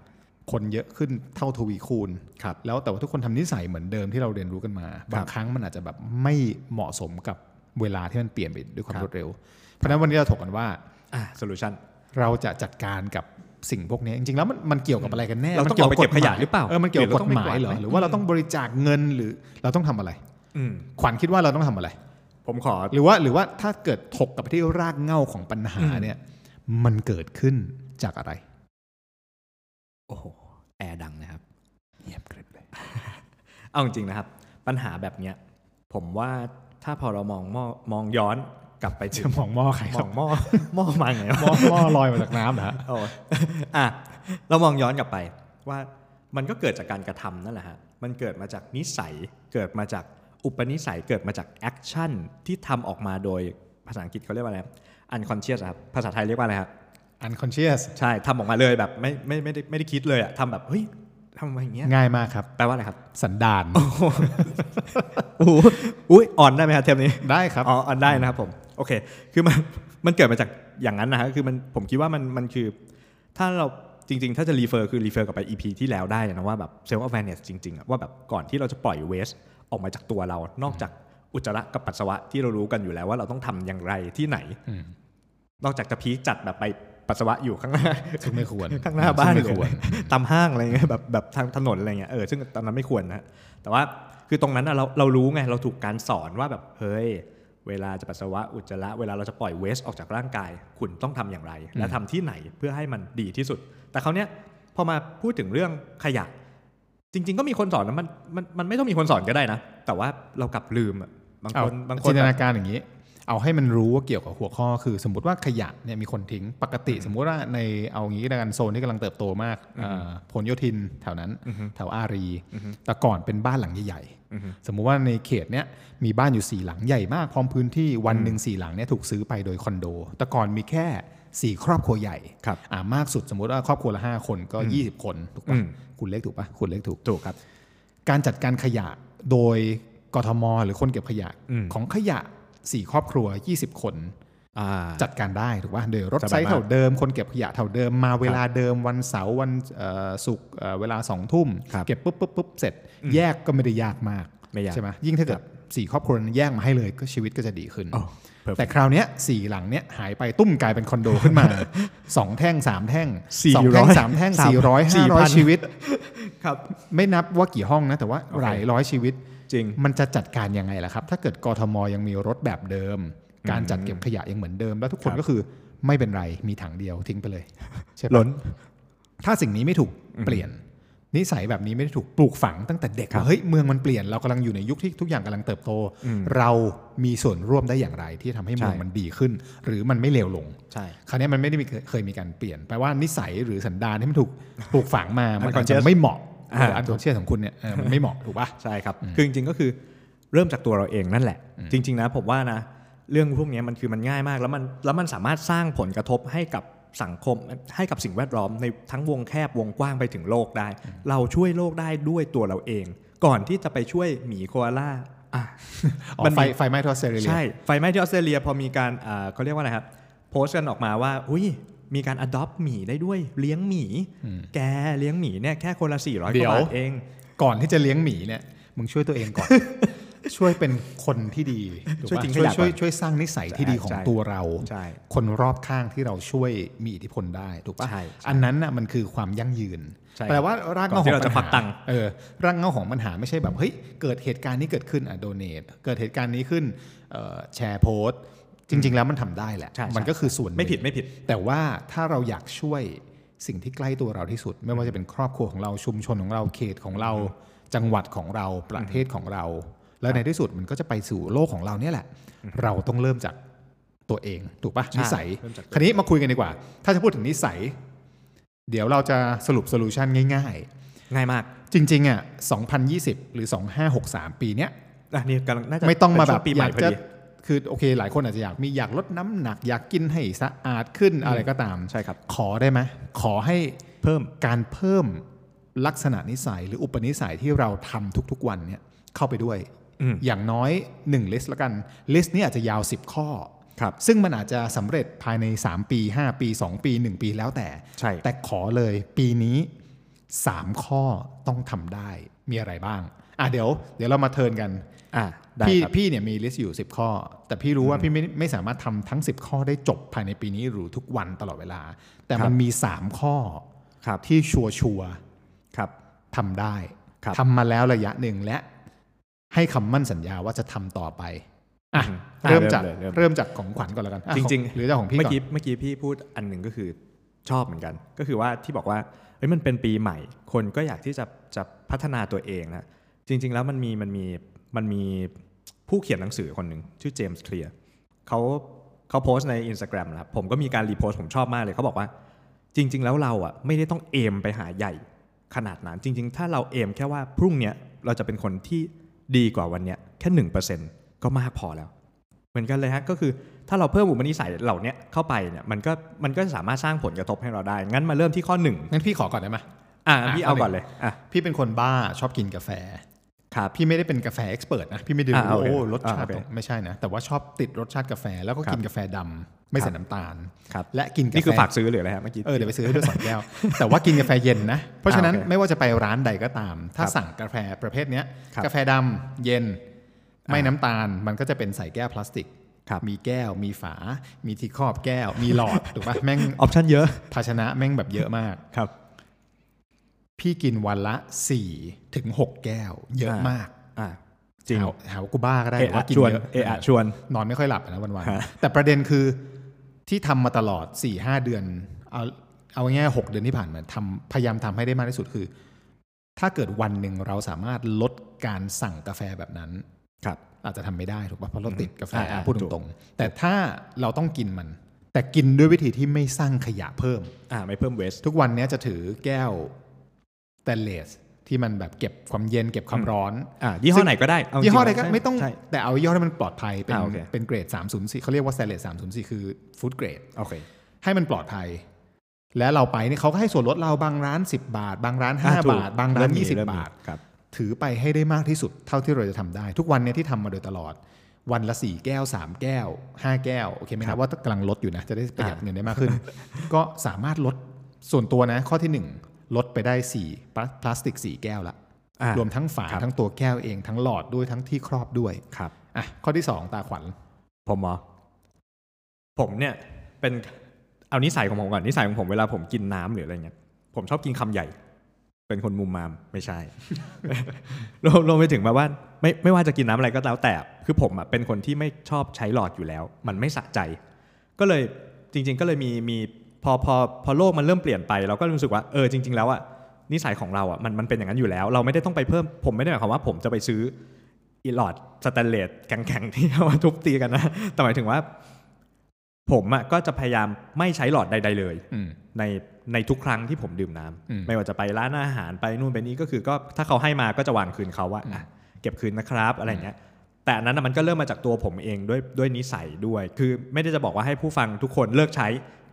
Speaker 2: คนเยอะขึ้นเท่าทวีคูณ
Speaker 1: ครับ
Speaker 2: แล้วแต่ว่าทุกคนทำนิสัยเหมือนเดิมที่เราเรียนรู้กันมา บางครั้งมันอาจจะแบบไม่เหมาะสมกับเวลาที่มันเปลี่ยนไปด้วยความ
Speaker 1: ครับ
Speaker 2: รวดเร็ว เพราะฉะนั้นวันนี้เราถกกันว่า
Speaker 1: อ่ะโซลูชัน
Speaker 2: เราจะจัดการกับสิ่งพวกนี้จริงๆแล้วมันมันเกี่ยวกับอะไรกันแน่
Speaker 1: เราต้อง
Speaker 2: มันยวบ
Speaker 1: ออกไปเก็บขยะ
Speaker 2: ฎม
Speaker 1: หรือเปล่า
Speaker 2: เออมันเกี่ยวกับ
Speaker 1: หรือก ต้
Speaker 2: ฎ
Speaker 1: องไป
Speaker 2: หมายเหร
Speaker 1: ก
Speaker 2: อ
Speaker 1: วาดไหม
Speaker 2: หรือว่าเราต้องบริจาคเงินหรือเราต้องทำอะไร
Speaker 1: อืม
Speaker 2: ขวัญคิดว่าเราต้องทำอะไร
Speaker 1: ผมขอ
Speaker 2: หรือว่าหรือว่าถ้าเกิดถกกลับไปที่รากเหง้าของปัญหาเนี่ยมันเกิดขึ้นจากอะไร
Speaker 1: โอ้โห แอร์ดังนะครับเงียบกริบเลย เอาจริงๆนะครับ ปัญหาแบบเนี้ย ผมว่าถ้าพอเรามองหม้อมองย้อนกลับไปถึ
Speaker 2: จะ
Speaker 1: ง
Speaker 2: มองหม้อใคร
Speaker 1: ม
Speaker 2: ครั
Speaker 1: อบ งหม้อ หม้อมาไงวะ
Speaker 2: หม้อหม้อลอยมาจากน้ำนะ
Speaker 1: โอ้อะเรามองย้อนกลับไปว่ามันก็เกิดจากการกระทำนั่นแหละฮะ มันเกิดมาจากนิสัย เกิดมาจากอุปนิสัย เกิดมาจากแอคชั่นที่ทำออกมาโดยภาษาอังกฤษเขาเรียกว่าอะไรอันคอนเชียสครับ ภาษาไทยเรียกว่าอะไรครับ
Speaker 2: อันคอนเชียส
Speaker 1: ใช่ทำออกมาเลยแบบไม่ไม่ไม่ได้ไม่ได้คิดเลยอะทำแบบเฮ้ยทำมาอย่างเงี้ย
Speaker 2: ง่ายมากครับ
Speaker 1: แปลว่า อะไรครับ
Speaker 2: สันดาน
Speaker 1: อู้อุ้ยอ่อนได้ไหมครับเทปนี้
Speaker 2: ได้ครับ
Speaker 1: อ๋ออ่อนได้นะครับผมโอ เค คือมันมันเกิดมาจากอย่างนั้นนะฮะคือมันผมคิดว่ามันมันคือ ถ้าเรา จริงๆ ถ้าจะรีเฟอร์คือรีเฟอร์กลับไป EP ที่แล้วได้นะว่าแบบเซลล์ awareness จริงๆอะว่าแบบก่อนที่เราจะปล่อยเวสออกมาจากตัวเรา นอกจากอุจจาระกับปัสสาวะที่เรารู้กันอยู่แล้วว่าเราต้องทำอย่างไรที่ไหน
Speaker 2: อืม
Speaker 1: นอกจากจะพีคจัดแบบไปปัสสาวะอยู่ข้างหน้า
Speaker 2: ซึ่งไม่ควร
Speaker 1: ข้างหน้าบ้าน
Speaker 2: ซึ่งไม่
Speaker 1: เล
Speaker 2: ควร
Speaker 1: ย ตามห้างอะไรเงี้ยแบบแบบทางถนนอะไรเงี้ยเออซึ่งตอนนั้นไม่ควรนะแต่ว่าคือตรงนั้นน่ะเราเรารู้ไงเราถูกการสอนว่าแบบเฮ้ยเวลาจะปัสสาวะอุจจาระเวลาเราจะปล่อยเวสออกจากร่างกาย คุณต้องทำอย่างไร และทำที่ไหนเพื่อให้มันดีที่สุด แต่คราวเนี้ยพอมาพูดถึงเรื่องขยะ จริง ๆ ก็มีคนสอนนะมันมันมันไม่ต้องมีคนสอนก็ได้นะ แต่ว่าเรากลับลืมอะบาง
Speaker 2: เอา
Speaker 1: คนบางค
Speaker 2: จิ
Speaker 1: น
Speaker 2: นต
Speaker 1: แบบ
Speaker 2: นาการอย่างนี้ เอาให้มันรู้ว่าเกี่ยวกับหัวข้อคือ สมมติว่าขยะเนี่ยมีคนทิ้งปกติ สมมุติว่าในเอางี้ในกันโซนที่กำลังเติบโตมากเอ่อพลโยธินแถวนั้นแถวอารี แต่ก่อนเป็นบ้านหลังใหญ่
Speaker 1: อือฮึ
Speaker 2: ๆสมมุติว่าในเขตเนี้ยมีบ้านอยู่สี่หลังใหญ่มากพร้อมพื้นที่วันหนึ่งสี่หลังเนี่ยถูกซื้อไปโดยคอนโด แต่ก่อนมีแค่สี่ครอบครัวใหญ่
Speaker 1: ครับ
Speaker 2: อ่ามากสุดสมมติว่าครอบครัวละห้าคนก็ยี่สิบคนถูก
Speaker 1: อื
Speaker 2: ปะ
Speaker 1: ม
Speaker 2: คุณเล็กถูกปะคุณเล็กถูก
Speaker 1: ถูกครับ
Speaker 2: การจัดการขยะโดยกทม หรือคนเก็บขยะ
Speaker 1: อืม
Speaker 2: ของขยะ 4 ครอบครัว 20 คน
Speaker 1: อ่า
Speaker 2: จัดการได้ถูกป่ะเดยรถ
Speaker 1: สบายมาก
Speaker 2: ไซส์เท่าเดิม คนเก็บขยะเท่าเดิมมาเวลาเดิมวันเสาร์วันเอ่อศุกร์เอ่อเวลา2องทุ่ม
Speaker 1: ครับ
Speaker 2: เก็บปุ๊บปุ๊บปุ๊บเสร็จ แยกก็ไม่ได้ยากมาก
Speaker 1: ไม่ยาก
Speaker 2: ใช่ไหมยิ่งถ้าเกิดสี่ครอบครัวนั้นแยกมาให้เลยก็ชีวิตก็จะดีขึ้น
Speaker 1: โอ้ perfect
Speaker 2: แต่คราวเนี้ยสี่หลังเนี้ยหายไปตุ้มกลายเป็นคอนโดขึ้นมา สองแท่งสามแท่ง
Speaker 1: 400
Speaker 2: สองแท่งสามแท่งสี่ร้อยห้าร้อย
Speaker 1: 4,000
Speaker 2: ชีวิต
Speaker 1: ครับ
Speaker 2: ไม่นับว่ากี่ห้องนะแต่ว่า
Speaker 1: โอเค
Speaker 2: หลายร้อยชีวิต
Speaker 1: จริง
Speaker 2: มันจะจัดการยังไงล่ะครับ ถ้าเกิดกทมยังมีรถแบบเดิม การจัดเก็บขยะยังเหมือนเดิม แล้วทุกคน
Speaker 1: ครับ
Speaker 2: ก็คือไม่เป็นไรมีถังเดียวทิ้งไปเลยใช่ปะ
Speaker 1: ล้น
Speaker 2: ถ้าสิ่งนี้ไม่ถูกเปลี่ยน นิสัยแบบนี้ไม่ได้ถูกปลูกฝังตั้งแต่เด็ก
Speaker 1: ครับ
Speaker 2: ว่าเฮ้ยเมืองมันเปลี่ยนเรากำลังอยู่ในยุคที่ทุกอย่างกำลังเติบโต
Speaker 1: อืม
Speaker 2: เรามีส่วนร่วมได้อย่างไรที่ทำให้เมือง
Speaker 1: ใช่
Speaker 2: มันดีขึ้น หรือมันไม่เลวลง
Speaker 1: ใช่
Speaker 2: คราวนี้มันไม่ได้มีเคเคยมีการเปลี่ยนแปลว่านิสัยหรือสันดานที่มันถูกปลูกฝังมา มันอาจจะ
Speaker 1: Unconscious
Speaker 2: ไม่เหมาะ
Speaker 1: อ่า
Speaker 2: อันคอนเชียของคุณเนี่ยเออมันไม่เหมาะถูกปะ
Speaker 1: ใช่ครับ คือจริงๆ ก็คือเริ่มจากตัวเราเองนั่นแหละ จริง ๆ นะผมว่านะ เรื่องพวกเนี้ยมันคือมันง่ายมาก แล้วมันแล้วมันสามารถสร้างผลกระทบให้กับสังคมให้กับสิ่งแวดล้อมในทั้งวงแคบวงกว้างไปถึงโลกได้ เราช่วยโลกได้ด้วยตัวเราเอง ก่อนที่จะไปช่วยหมีโคอาล่าอ่ะ
Speaker 2: อ๋อ
Speaker 1: มันมี
Speaker 2: ไฟไฟไหม้ทอสเซเรเลีย
Speaker 1: ใช่ ไฟไหม้ที่ออสเตรเลียพอมีการอ่าเขาเรียกว่าอะไรครับโพสต์กันออกมาว่า อุ้ยมีการ adopt หมีได้ด้วยเลี้ยงหมี
Speaker 2: อืม
Speaker 1: แกเลี้ยงหมีเนี่ยแค่คนละ400ก
Speaker 2: เดี๋ยว
Speaker 1: ว่าบาทเอง
Speaker 2: ก่อนที่จะเลี้ยงหมีเนี่ยมึงช่วยตัวเองก่ อน ช่วยเป็นคนที่ดีถูกปะ
Speaker 1: ช่วยทิ้งข
Speaker 2: ช่วย
Speaker 1: ยะ
Speaker 2: ช่วย
Speaker 1: ก่อน
Speaker 2: ช่วยสร้างนิสัยที่ดีของ
Speaker 1: ใช่
Speaker 2: ตัวเรา
Speaker 1: ใช่
Speaker 2: คนรอบข้างที่เราช่วยมีอิทธิพลได้ถูกปะ
Speaker 1: ใช่
Speaker 2: อันนั้นน่ะมันคือความยั่งยืน
Speaker 1: ใช่
Speaker 2: แปลว่าร่างเหงา
Speaker 1: ก่อน
Speaker 2: ข
Speaker 1: ที่
Speaker 2: อง
Speaker 1: เราจะควั
Speaker 2: ปัญ
Speaker 1: กตั
Speaker 2: หาง
Speaker 1: ค์
Speaker 2: เออร่างเหงาของปัญหาไม่ใช่แบบเฮ้ยเกิดเหตุการณ์นี้เกิดขึ้นอ่ะโดเนทเกิดเหตุการณ์นี้ขึ้นเอ่อแชร์โพสต์ จริง ๆ แล้วมันทำได้แหละ
Speaker 1: ใช่ใช่
Speaker 2: มันก็คือส่วนหนึ่ง
Speaker 1: ไม่ผิดไม่ผิด
Speaker 2: แต่ว่าถ้าเราอยากช่วยสิ่งที่ใกล้ตัวเราที่สุด ไม่ว่าจะเป็นครอบครัวของเราชุมชนของเราเขตของเรา จังหวัดของเราประเทศของเรา แล้วในที่สุดมันก็จะไปสู่โลกของเราเนี่ยแหละ เราต้องเริ่มจากตัวเอง ถูกปะ
Speaker 1: ใช่
Speaker 2: นิสัย
Speaker 1: เริ่มจากตัวเอง
Speaker 2: คันนี้มาคุยกันดีกว่า ถ้าจะพูดถึงนิสัย เดี๋ยวเราจะสรุปโซลูชันง่าย
Speaker 1: ง่ายมาก
Speaker 2: ๆ จริงๆอ่ะ2020 หรือ 2563 ปีเนี้ย
Speaker 1: อ่ะนี่กำลังน่าจะ
Speaker 2: ไม่ต้องมาแบบ
Speaker 1: เป็นช่วปีใหม่พอ
Speaker 2: จะ
Speaker 1: ดี
Speaker 2: คือโอเคหลายคนอาจจะอยากมีอยากลดน้ำหนักอยากกินให้สะอาดขึ้นอะไรก็ตาม
Speaker 1: ใช่ครับ
Speaker 2: ขอได้ไหมขอให้
Speaker 1: เพิ่ม
Speaker 2: การเพิ่มลักษณะนิสัยหรืออุปนิสัยที่เราทำทุกๆวันเนี่ยเข้าไปด้วย
Speaker 1: อืม
Speaker 2: อย่างน้อย1ลิสต์ละกันลิสต์นี้อาจจะยาว 10 ข้อ
Speaker 1: ครับ
Speaker 2: ซึ่งมันอาจจะสำเร็จภายใน 3 ปี 5 ปี 2 ปี 1 ปีแล้วแต่
Speaker 1: ใช่
Speaker 2: แต่ขอเลยปีนี้ 3 ข้อต้องทำได้มีอะไรบ้างอ่ะเดี๋ยว เดี๋ยวเรามาเทิร์นกัน
Speaker 1: อ่ะได้
Speaker 2: พี่
Speaker 1: ครับ
Speaker 2: พี่เนี่ยมีลิสต์อยู่ 10 ข้อ แต่พี่รู้ว่าพี่ไม่ไม่สามารถทำทั้ง 10 ข้อได้จบภายในปีนี้หรือทุกวันตลอดเวลา แต่
Speaker 1: ครับ
Speaker 2: มันมี 3 ข้อ
Speaker 1: ครับ
Speaker 2: ที่ชัวชัวร์
Speaker 1: ครับ
Speaker 2: ๆทำได้
Speaker 1: ครับ
Speaker 2: ทำมาแล้วระยะหนึ่งและให้คำมั่นสัญญาว่าจะทำต่อไปอ่ะ
Speaker 1: อื
Speaker 2: เริ่มจาก
Speaker 1: ลยเริ่ม
Speaker 2: เริ่มจากของขวัญก่อนแล้วกันอ่ะ
Speaker 1: จริง
Speaker 2: ข
Speaker 1: ๆ
Speaker 2: อหรือจะของพี่
Speaker 1: เมื่
Speaker 2: ก่
Speaker 1: อ
Speaker 2: อน
Speaker 1: กี้เมื่อกี้พี่พูดอันหนึ่งก็คือชอบเหมือนกัน ก็คือว่าที่บอกว่าเอ้ยมันเป็นปีใหม่ คนก็อยากที่จะจะพัฒนาตัวเองนะจริง ๆ แล้วมันมีมันมีมันมีผู้เขียนหนังสือคนหนึ่งชื่อเจมส์เคลียร์เขาเขาโพสต์ใน Instagram นะครับผมก็มีการรีโพสต์ผมชอบมากเลยเขาบอกว่า จริง ๆ แล้วเราอ่ะไม่ได้ต้องเอมไปหาใหญ่ขนาดนั้น จริง ๆ ถ้าเราเอมแค่ว่าพรุ่งเนี้ยเราจะเป็นคนที่ดีกว่าวันเนี้ยแค่หนึ่งเปอร์เซ็นต์ก็มากพอแล้ว เหมือนกันเลยฮะก็คือถ้าเราเพิ่มอุปนิสัยเหล่าเนี้ยเข้าไปเนี่ยมันก็มันก็สามารถสร้างผลกระทบให้เราได้ งั้นมาเริ่มที่ข้อหนึ่ง
Speaker 2: งั้นพี่ขอก่อนได้ไหม
Speaker 1: อ่ะ
Speaker 2: อ่ะ
Speaker 1: พี่
Speaker 2: ข้อ
Speaker 1: เอา
Speaker 2: ห
Speaker 1: ก่
Speaker 2: นึ่ง
Speaker 1: อนเลยอ่ะ
Speaker 2: พี่เป็นคนบ้าชอบกินกาแฟ
Speaker 1: ครับ
Speaker 2: พี่ไม่ได้เป็นกาแฟเอ็กซ์เพรสนะ พี่ไม่ได้รู้
Speaker 1: อ่าโอเค
Speaker 2: โอ้รสชา
Speaker 1: อ่า
Speaker 2: ติ
Speaker 1: โอเค
Speaker 2: ไม่ใช่นะ แต่ว่าชอบติดรสชาติกาแฟแล้วก็
Speaker 1: ครับ
Speaker 2: กินกาแฟดำไม่
Speaker 1: ครั
Speaker 2: ใส่
Speaker 1: บ
Speaker 2: น้ำตาล
Speaker 1: ครับ
Speaker 2: และกินกาแฟ
Speaker 1: นี่คือฝากซื้อหรืออะไรฮะเมื่อกี้
Speaker 2: เออเดี๋ยวไปซื้อให้ด้วยสองแก้ว แต่ว่ากินกาแฟเย็นนะ เพราะฉะนั้น
Speaker 1: อ่าโอเค
Speaker 2: ไม่ว่าจะไปร้านใดก็ตาม ถ้า
Speaker 1: ครับ
Speaker 2: สั่งกาแฟประเภทเนี้ย
Speaker 1: ครับ
Speaker 2: กาแฟดำเย็น ไม่น้ำตาลมันก็จะเป็นใส่แก้วพลาสติก
Speaker 1: ครับ
Speaker 2: มีแก้วมีฝา มีที่ครอบแก้ว มีหลอด ถูกปะแม่ง
Speaker 1: ออปชั่นเยอะ
Speaker 2: ภาชนะแม่งแบบเยอะมาก
Speaker 1: ครับ
Speaker 2: พี่กินวันละ4ถึง6แก้ว เยอะ
Speaker 1: อ่าม
Speaker 2: มาก
Speaker 1: อ่าจริง
Speaker 2: หาหาว่ากูบ้าก็ได้
Speaker 1: เอะ
Speaker 2: แต่
Speaker 1: อะ
Speaker 2: ว่ากิน
Speaker 1: ชวน
Speaker 2: เยอะ
Speaker 1: เอะอะชวน
Speaker 2: นอนไม่ค่อยหลับอะนะวัน
Speaker 1: ฮะ
Speaker 2: ๆแต่ประเด็นคือที่ทำมาตลอด4ี่ห้าเดือนเอาเอาง่ายๆหกเดือนที่ผ่านมาทำพยายามทำให้ได้มากที่สุดคือ ถ้าเกิดวันหนึ่งเราสามารถลดการสั่งกาแฟแบบนั้น
Speaker 1: ครับ
Speaker 2: อาจจะทำไม่ได้ถูกป่ะเพราะเราติดกาแฟ
Speaker 1: อ่าอ่า
Speaker 2: พูด
Speaker 1: ถูก
Speaker 2: ตรงๆแต่ถ้าเราต้องกินมัน แต่กินด้วยวิธีที่ไม่สร้างขยะเพิ่ม
Speaker 1: อ่าไม่เพิ่มเวส
Speaker 2: ทุกวันเนี้ยจะถือแก้วสแตนเลสที่มันแบบเก็บความเย็นเก็บความร้อน
Speaker 1: อ่ายี่ห้อไหนก็ได้เาจริงๆ
Speaker 2: ยี่ห้ออะไรก็
Speaker 1: ใช่
Speaker 2: ไม่ต้อง
Speaker 1: ใช่
Speaker 2: แต่เอายี่ห้อที่มันปลอดภัย เป็น
Speaker 1: อ่าโอเค
Speaker 2: เป็นเกรด 304เขาเรียกว่าสแตนเลส304 คือฟู้ดเกรด
Speaker 1: โอเค
Speaker 2: ให้มันปลอดภัย แล้วเราไปเนี่ยเขาก็ให้ส่วนลดเราบางร้าน 10 บาท บางร้าน
Speaker 1: อ่ะถูก
Speaker 2: 5บาท บางร้าน
Speaker 1: เมมี
Speaker 2: 20
Speaker 1: เมมี
Speaker 2: บาท
Speaker 1: ครับ
Speaker 2: ถือไปให้ได้มากที่สุดเท่าที่เราจะทำได้ ทุกวันเนี่ยที่ทำมาโดยตลอด วันละ 4 แก้ว 3 แก้ว 5 แก้ว โอเคไหม
Speaker 1: ครั
Speaker 2: ครั
Speaker 1: บบ
Speaker 2: ว่ากำลังลดอยู่นะ จะได้ประหยัด
Speaker 1: อ่า
Speaker 2: เงินได้มากขึ้น ก็สามารถลดส่วนตัวนะ ข้อที่ 1 ลดไปได้ 4 พลาสติก 4 แก้วละ
Speaker 1: อ่ะ
Speaker 2: รวมทั้งฝา
Speaker 1: ครับ
Speaker 2: ทั้งตัวแก้วเองทั้งหลอดด้วยทั้งที่ครอบด้วย
Speaker 1: ครับ
Speaker 2: อ่ะข้อที่ 2 ตาขวัญ
Speaker 1: ผมเหรอผมเนี่ยเป็นเอานิสัยของผมก่อนนิสัยของผมเวลาผมกินน้ำหรืออะไรเงี้ยผมชอบกินคำใหญ่ เป็นคนมุมมามไม่ใช่ รวมรวมไปถึงแบบว่า ไม่ไม่ว่าจะกินน้ำอะไรก็แล้วแต่ คือผมอ่ะเป็นคนที่ไม่ชอบใช้หลอดอยู่แล้ว มันไม่สะใจ ก็เลยจริง ๆ ก็เลยมีมีพอพอพอโลกมันเริ่มเปลี่ยนไปเราก็รู้สึกว่าเออจริง ๆ แล้วอ่ะนิสัยของเราอ่ะมันมันเป็นอย่างนั้นอยู่แล้ว เราไม่ได้ต้องไปเพิ่มผมไม่ได้หมายความว่าผมจะไปซื้อ อีหลอดสแตนเลสแข็งๆ ที่เอามาทุบตีกันนะ แต่หมายถึงว่า ผมอะก็จะพยายามไม่ใช้หลอดใด ๆ เลย
Speaker 2: อืม
Speaker 1: ในในทุกครั้งที่ผมดื่มน้ำ
Speaker 2: อืม
Speaker 1: ไม่ว่าจะไปร้านอาหารไปนู่นไปนี่ก็คือก็ถ้าเขาให้มาก็จะวางคืนเขาว่าอ่ะเก็บคืนนะครับอะไรอย่างเงี้ย แต่อันนั้นนะมันก็เริ่มมาจากตัวผมเองด้วยด้วยนิสัยด้วย คือไม่ได้จะบอกว่าให้ผู้ฟังทุกคนเลิกใช้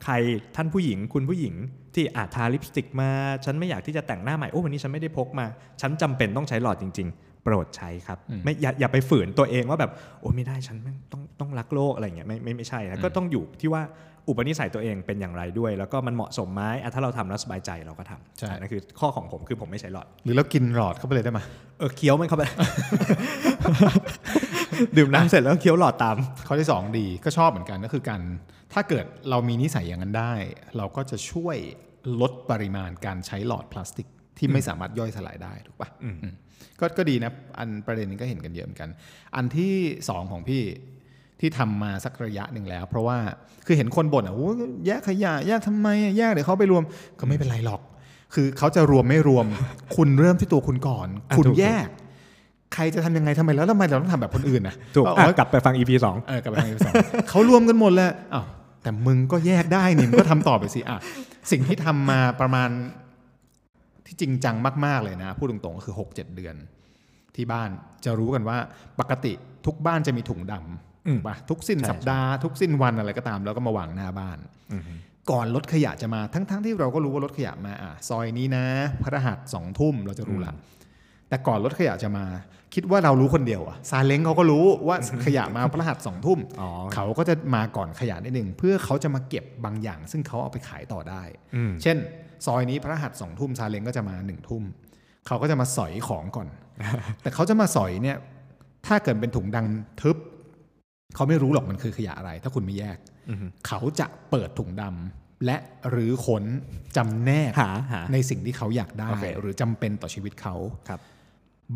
Speaker 1: ใครท่านผู้หญิง คุณผู้หญิง ที่อาจทาลิปสติกมา ฉันไม่อยากที่จะแต่งหน้าใหม่โอ้วันนี้ฉันไม่ได้พกมา ฉันจำเป็นต้องใช้หลอดจริง ๆ โปรดใช้ครับ
Speaker 2: อืม
Speaker 1: ไม่อย่าอย่าไปฝืนตัวเองว่าแบบโอ้ไม่ได้ฉันแม่งต้องต้องรักโลกอะไรอย่างเงี้ยไม่ไม่ไม่ใช่นะก็ต้องอยู่ที่ว่า อุปนิสัยตัวเองเป็นอย่างไรด้วย แล้วก็มันเหมาะสมไหมอ่ะถ้าเราทำแล้วสบายใจเราก็ทำ
Speaker 2: ใช่
Speaker 1: อันั่นคือข้อของผมคือผมไม่ใช้หลอด
Speaker 2: หรือเรากินหลอดเข้าไปเลยได้ไหมย
Speaker 1: เออเคี้ยวมัน เข้าไป ดื่มน้ำเสร็จแล้วเคี้ยวหลอดตาม
Speaker 2: ข้อที่ 2 ดีก็ชอบเหมือนกันก็คือการถ้าเกิดเรามีนิสัยอย่างนั้นได้ เราก็จะช่วยลดปริมาณการใช้หลอดพลาสติก ที่ไม่สามารถย่อยสลายได้ถูกปะ
Speaker 1: อืม
Speaker 2: อืมก็ก็ดีนะอันประเด็นนี้ก็เห็นกันเยอะเหมือนกัน อันที่ 2 ของพี่ที่ทำมาสักระยะหนึ่งแล้ว เพราะว่าคือเห็นคนบ่นอ่ะโอ้ยแยกขยะแยกทำไมอะแยกเดี๋ยวเขาไปรวมก็ไม่เป็นไรหรอก คือเขาจะรวมไม่รวม คุณเริ่มที่ตัวคุณก่อน
Speaker 1: อ่ะ
Speaker 2: คุณ
Speaker 1: ถูก
Speaker 2: แยก ใครจะทำยังไงทำไมแล้วทำไมเราต้องทำแบบคนอื่นนะ
Speaker 1: ถูก
Speaker 2: เอา
Speaker 1: อ่ะ
Speaker 2: เอา
Speaker 1: กลับไปฟัง EP สอง
Speaker 2: เออกลับไปทางที่สอง เขารวมกันหมดแล้วอ้าวแต่มึงก็แยกได้นี่มึงก็ทำต่อไปสิอ่ะสิ่งที่ทำมาประมาณที่จริงจังมาก ๆ เลยนะ พูดตรงๆก็คือ 6 7 เดือน ที่บ้านจะรู้กันว่าปกติทุกบ้านจะมีถุงด
Speaker 1: อืม
Speaker 2: ำป่ะทุกสิ้น
Speaker 1: ใช่
Speaker 2: สัปดาห์ทุกสิ้นวันอะไรก็ตาม แล้วก็มาวางหน้าบ้าน ก่อนรถขยะจะมาทั้งๆทที่เราก็รู้ว่ารถขยะมาอ่ะซอยนี้นะพระรหัสสองทุ่มเราจะรู้ละแต่ก่อนรถขยะจะมา คิดว่าเรารู้คนเดียวอะซาเล้งเขาก็รู้ว่าขยะมาพระรหัสสองทุ่ม
Speaker 1: อ๋อ
Speaker 2: เขาก็จะมาก่อนขยะนิดหนึ่งเพื่อเขาจะมาเก็บบางอย่าง ซึ่งเขาเอาไปขายต่อได้
Speaker 1: อืม
Speaker 2: เช่น ซอยนี้พระหัสสองทุ่มซาเล้งก็จะมาหนึ่งทุ่มเขาก็จะมาสอยของ ก่อน แต่เขาจะมาสอยเนี่ย ถ้าเกิดเป็นถุงดังทึบเขาไม่รู้หรอกมันคือขยะอะไร ถ้าคุณไม่แยก
Speaker 1: อือฮึ
Speaker 2: เขาจะเปิดถุงดำและหรือค้นจำแนก
Speaker 1: หาหา
Speaker 2: ในสิ่งที่เขาอยากได้
Speaker 1: โอเค
Speaker 2: หรือจำเป็นต่อชีวิตเขา
Speaker 1: ครับ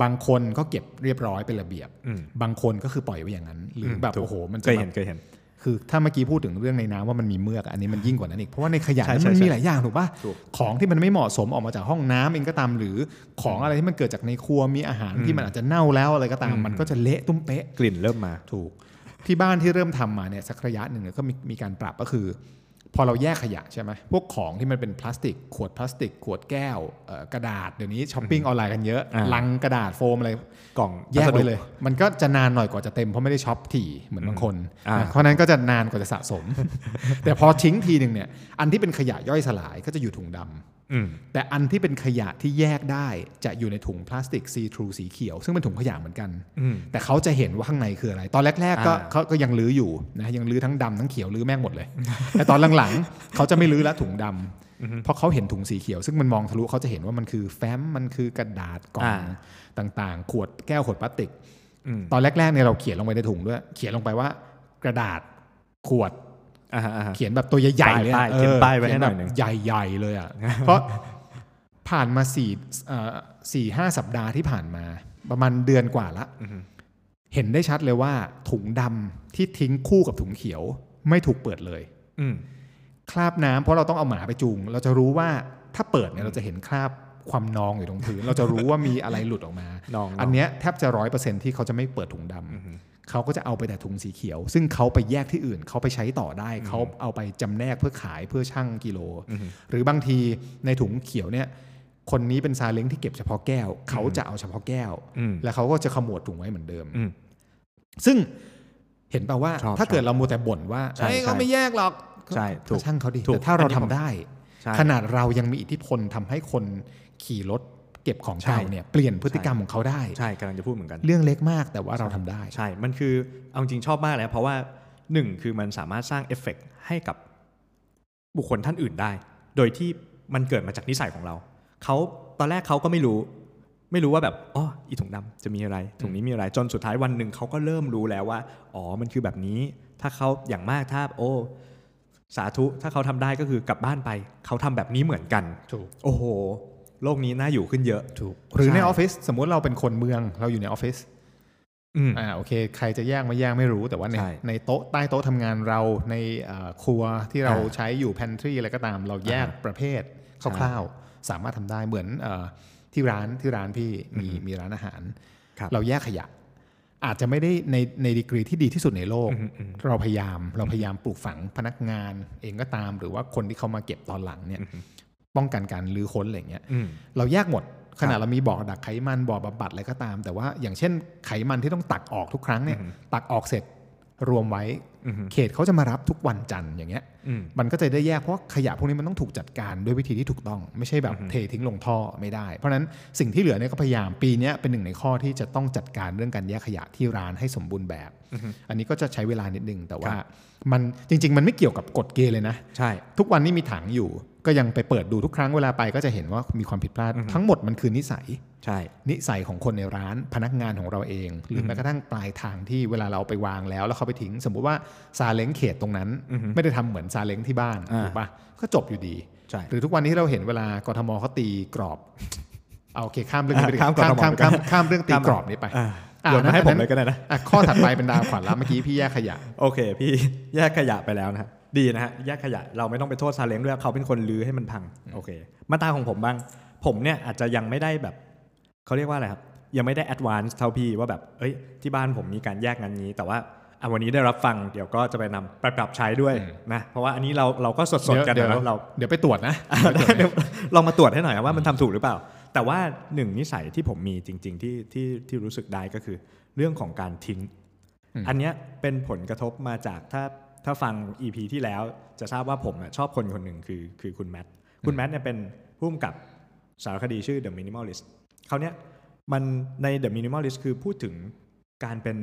Speaker 2: บางคนก็เก็บเรียบร้อยเป็นระเบียบ
Speaker 1: อืม
Speaker 2: บางคนก็คือปล่อยไว้อย่างนั้น หรือแบบ
Speaker 1: ถูก
Speaker 2: โอ้โหมัน
Speaker 1: เค
Speaker 2: จะ
Speaker 1: ย
Speaker 2: แบ
Speaker 1: เห็
Speaker 2: บ
Speaker 1: นเคยเห็น
Speaker 2: คือถ้าเมื่อกี้พูดถึงเรื่องในน้ำว่ามันมีเมือกอันนี้มันยิ่งกว่านั้นอีก เพราะว่าในขยะ
Speaker 1: ใช่
Speaker 2: นั้นมั
Speaker 1: ใช่
Speaker 2: นมี
Speaker 1: ใช่
Speaker 2: หลายอย่างถูกปะ
Speaker 1: ถูก
Speaker 2: ของที่มันไม่เหมาะสมออกมาจากห้องน้ำเองก็ตามหรือของอะไรที่มันเกิดจากในครัวมีอาหารที่มันอาจจะเน่าแล้วอะไรก็ตาม
Speaker 1: อืม
Speaker 2: มันก็จะเละตุ้มเป๊ะ
Speaker 1: กลิ่นเริ่มมา
Speaker 2: ถูกที่บ้านที่เริ่มทำมาเนี่ยสักระยะหนึ่งเนี่ยก็มีมีการปรับก็คือ พอเราแยกขยะใช่ไหมพวกของที่มันเป็นพลาสติก ขวดพลาสติก ขวดแก้วเอ่อกระดาษเดี๋ยวนี้ช้อปปิ้งออนไลน์กันเยอะ
Speaker 1: อ่า
Speaker 2: ลังกระดาษโฟมอะไร
Speaker 1: กล่อง
Speaker 2: แยก
Speaker 1: พัสดุ
Speaker 2: ไว้เลย มันก็จะนานหน่อยกว่าจะเต็มเพราะไม่ได้ช็อปถี่เหมือนบางคน
Speaker 1: อ่า
Speaker 2: นะเพราะฉะนั้นก็จะน านกว่าจะสะสม แต่พอทิ้งทีหนึ่งเนี่ย อันที่เป็นขยะย่อยสลายก็จะอยู่ถุงดำ
Speaker 1: อืม
Speaker 2: แต่อันที่เป็นขยะที่แยกได้จะอยู่ในถุงพลาสติกซีทรูสีเขียว ซึ่งเป็นถุงขยะเหมือนกัน
Speaker 1: อืม
Speaker 2: แต่เขาจะเห็นว่าข้างในคืออะไร ตอนแรก ๆ ก็
Speaker 1: อ่า
Speaker 2: เขาก็ยังลื้ออยู่นะยังลื้อทั้งดำทั้งเขียวลื้อแม่งหมดเลย แต่ตอนหลังๆ เขาจะไม่ลื้อแล้วถุงดำเพราะเขาเห็นถุงสีเขียว ซึ่งมันมองทะลุเขาจะเห็นว่ามันคือแฟ้มมันคือกระดาษกล่องต่างๆ ขวดแก้วขวดพลาสติก
Speaker 1: อืม
Speaker 2: ตอนแรกๆเนี่ยเราเขียนลงไปในถุงด้วย เขียนลงไปว่ากระดาษขวด
Speaker 1: อ่าฮะอ่าฮะ
Speaker 2: เขียนแบบตัวใหญ่ๆเลยอะ
Speaker 1: ป้ายๆเขียนป้ายไว้ให้หน่อยหนึ่ง
Speaker 2: เขีแบบใหญ่ๆ เลยอ่ะ เพราะผ่านมาสี่เอ่อสี่ห้าสัปดาห์ที่ผ่านมา ประมาณเดือนกว่าละ เห็นได้ชัดเลยว่า ถุงดำที่ทิ้งคู่กับถุงเขียว ไม่ถูกเปิดเลย
Speaker 1: อืม
Speaker 2: คราบน้ำเพราะเราต้องเอาหมาไปจูง เราจะรู้ว่าถ้าเปิดเนี่ยเราจะเห็นคราบความนองอยู่ตรงพื้น เราจะรู้ว่ามีอะไรหลุดออกมา
Speaker 1: น้อง
Speaker 2: อันเนี้ยแทบจะร้อยเปอร์เซ็นที่เขาจะไม่เปิดถุงดำเขาก็จะเอาไปแต่ถุงสีเขียว ซึ่งเขาไปแยกที่อื่น เขาไปใช้ต่อได้ เขาเอาไปจำแนกเพื่อขายเพื่อชั่งกิโล หรือบางทีในถุงเขียวเนี่ย คนนี้เป็นซาเล้งที่เก็บเฉพาะแก้ว เขาจะเอาเฉพาะแก้ว
Speaker 1: อืม
Speaker 2: แล้วเขาก็จะขมวดถุงไว้เหมือนเดิม
Speaker 1: อืม
Speaker 2: ซึ่งเห็นป่าว่า
Speaker 1: ชอบ
Speaker 2: ถ้าเกิดเรามัวแต่บ่นว่า
Speaker 1: ใช่
Speaker 2: เอ้ยเขา
Speaker 1: ใช่
Speaker 2: ไม่แยกหรอก
Speaker 1: ใช่ถูก
Speaker 2: ช่างเขาดิ
Speaker 1: ถูก
Speaker 2: แต่ถ้าเราทำได้
Speaker 1: ใช่
Speaker 2: ขนาดเรายังมีอิทธิพลทำให้คนขี่รถเก็บของ
Speaker 1: ใช่
Speaker 2: เก่าเนี่ยเปลี่ยนพฤติกรรมของเขาได้
Speaker 1: ใช่กำลังจะพูดเหมือนกัน
Speaker 2: เรื่องเล็กมากแต่ว่าเราทำได้
Speaker 1: ใช่ มันคือ เอาจริงชอบมากเลยนะเพราะว่าหนึ่งคือมันสามารถสร้างเอฟเฟกต์ให้กับบุคคลท่านอื่นได้ โดยที่มันเกิดมาจากนิสัยของเรา เขาตอนแรกเขาก็ไม่รู้ ไม่รู้ว่าแบบ อ๋อ อีถุงดำจะมีอะไร ถุงนี้มีอะไร จนสุดท้ายวันหนึ่งเขาก็เริ่มรู้แล้วว่า อ๋อ มันคือแบบนี้ ถ้าเขาอย่างมากถ้า โอ้ สาธุ ถ้าเขาทำได้ก็คือกลับบ้านไป เขาทำแบบนี้เหมือนกัน
Speaker 2: ถูก
Speaker 1: โอ้โห โลกนี้น่าอยู่ขึ้นเยอะ
Speaker 2: ถูก หรือ
Speaker 1: ใช่
Speaker 2: ในออฟฟิศสมมุติเราเป็นคนเมืองเราอยู่ในออฟฟิศ
Speaker 1: อืม
Speaker 2: อ่าโอเค ใครจะแยกไม่แยกไม่รู้แต่ว่าใน
Speaker 1: ใช่
Speaker 2: ในโต๊ะใต้โต๊ะทำงานเราในเอ่อครัวที่เรา
Speaker 1: อ่า
Speaker 2: ใช้อยู่ pantry อะไรก็ตามเราแยกประเภทคร่าวๆ สามารถทำได้เหมือนเออที่ร้านที่ร้านพี่มีมีร้านอาหาร
Speaker 1: ครับ
Speaker 2: เราแยกขยะ อาจจะไม่ได้ในในดีกรีที่ดีที่สุดในโลก
Speaker 1: อืมอืม
Speaker 2: เราพยายามเราพยายามปลูกฝังพนักงานเองก็ตาม หรือว่าคนที่เขามาเก็บตอนหลังเนี่ยป้องกันการลื้อค้นอะไรอย่างเงี้ย
Speaker 1: อืม
Speaker 2: เราแยกหมด
Speaker 1: ค
Speaker 2: ข
Speaker 1: รับ
Speaker 2: นาดเรามีบ่อดักไขมันบ่อบำบัดอะไรก็ตาม แต่ว่าอย่างเช่นไขมันที่ต้องตักออกทุกครั้งเนี่ยตักออกเสร็จรวมไว้
Speaker 1: อือฮึ
Speaker 2: เขตเขาจะมารับทุกวันจันทร์อย่างเงี้ย
Speaker 1: อืม
Speaker 2: มันก็จะได้แยกเพราะว่าขยะพวกนี้มันต้องถูกจัดการด้วยวิธีที่ถูกต้อง ไม่ใช่แบบเททิ้งลงท่อไม่ได้ เพราะฉะนั้นสิ่งที่เหลือเนี่ยก็พยายามปีเนี้ยเป็นหนึ่งในข้อที่จะต้องจัดการเรื่องการแยกขยะที่ร้านให้สมบูรณ์แบบ อันนี้ก็จะใช้เวลานิดนึงแต่ว่า มันจริง ๆ มันไม่เกี่ยวกับกฎเกณฑ์เลยนะ
Speaker 1: ใช่
Speaker 2: ทุกวันนี้มีถังอยู่ ก็ยังไปเปิดดูทุกครั้งเวลาไปก็จะเห็นว่ามีความผิดพลาด ทั้งหมดมันคือนิสัย
Speaker 1: ใช่
Speaker 2: นิสัยของคนในร้านพนักงานของเราเอง หรือแม้กระทั่งปลายทางที่เวลาเราเอาไปวางแล้ว แล้วเขาไปทิ้ง สมมุติว่าซาเล้งเขตตรงนั้น ไม่ได้ทำเหมือนซาเล้งที่บ้าน
Speaker 1: อ่า
Speaker 2: ถูกปะก็จบอยู่ดี
Speaker 1: ใช่
Speaker 2: หรือทุกวันนี้เราเห็นเวลากทมเขาตีกรอบ เอาโอเคข้ามเรื่องนี้ไปดี
Speaker 1: ข้ามกทม
Speaker 2: ข้ามข้า
Speaker 1: ไป
Speaker 2: ม
Speaker 1: ก่อน
Speaker 2: ข้ามเรื่องตี
Speaker 1: ข้าม
Speaker 2: กรอบนี้ไป
Speaker 1: อ่ะ
Speaker 2: อ่ะ
Speaker 1: โยนมาให้ผมเลยก็ได้นะ
Speaker 2: อ่ะข้อถัดไปเป็นดาวขวัญละเมื่อกี้พี่แยกขยะ
Speaker 1: โอเค พี่ แยกขยะไปแล้วนะฮะดีนะฮะแยกขยะเราไม่ต้องไปโทษซาเล้งด้วยเขาเป็นคนลื้อให้มันพังโอเค มาตาของผมบ้าง ผมเนี่ยอาจจะยังไม่ได้แบบเขาเรียกว่าอะไรครับ ยังไม่ได้แอดวานซ์เท่าพี่ว่าแบบเอ้ยที่บ้านผมมีการแยกงานนี้ แต่ว่าอ่ะวันนี้ได้รับฟังเดี๋ยวก็จะไปนำไปปรับใช้ด้วยนะเพราะว่าอันนี้เราเราก็สดๆกัน
Speaker 2: เดี๋ยว
Speaker 1: นะเรา
Speaker 2: เดี๋ยวไปตรวจนะ
Speaker 1: เดี๋ยวลองมาตรวจให้หน่อยว่ามันทำถูกหรือเปล่า แต่ว่าหนึ่งนิสัยที่ผมมีจริง ๆ ที่ที่ที่รู้สึกได้ก็คือ เรื่องของการทิ้ง
Speaker 2: อืม
Speaker 1: อันเนี้ยเป็นผลกระทบมาจากถ้าถ้าฟัง EP ที่แล้วจะทราบว่าผมอะชอบคนคนหนึ่งคือคือคุณแมท คุณแมทเนี่ยเป็นผู้กำกับสารคดีชื่อ The Minimalist เขาวเนี้ยมันใน The Minimalist คือพูดถึงการเป็น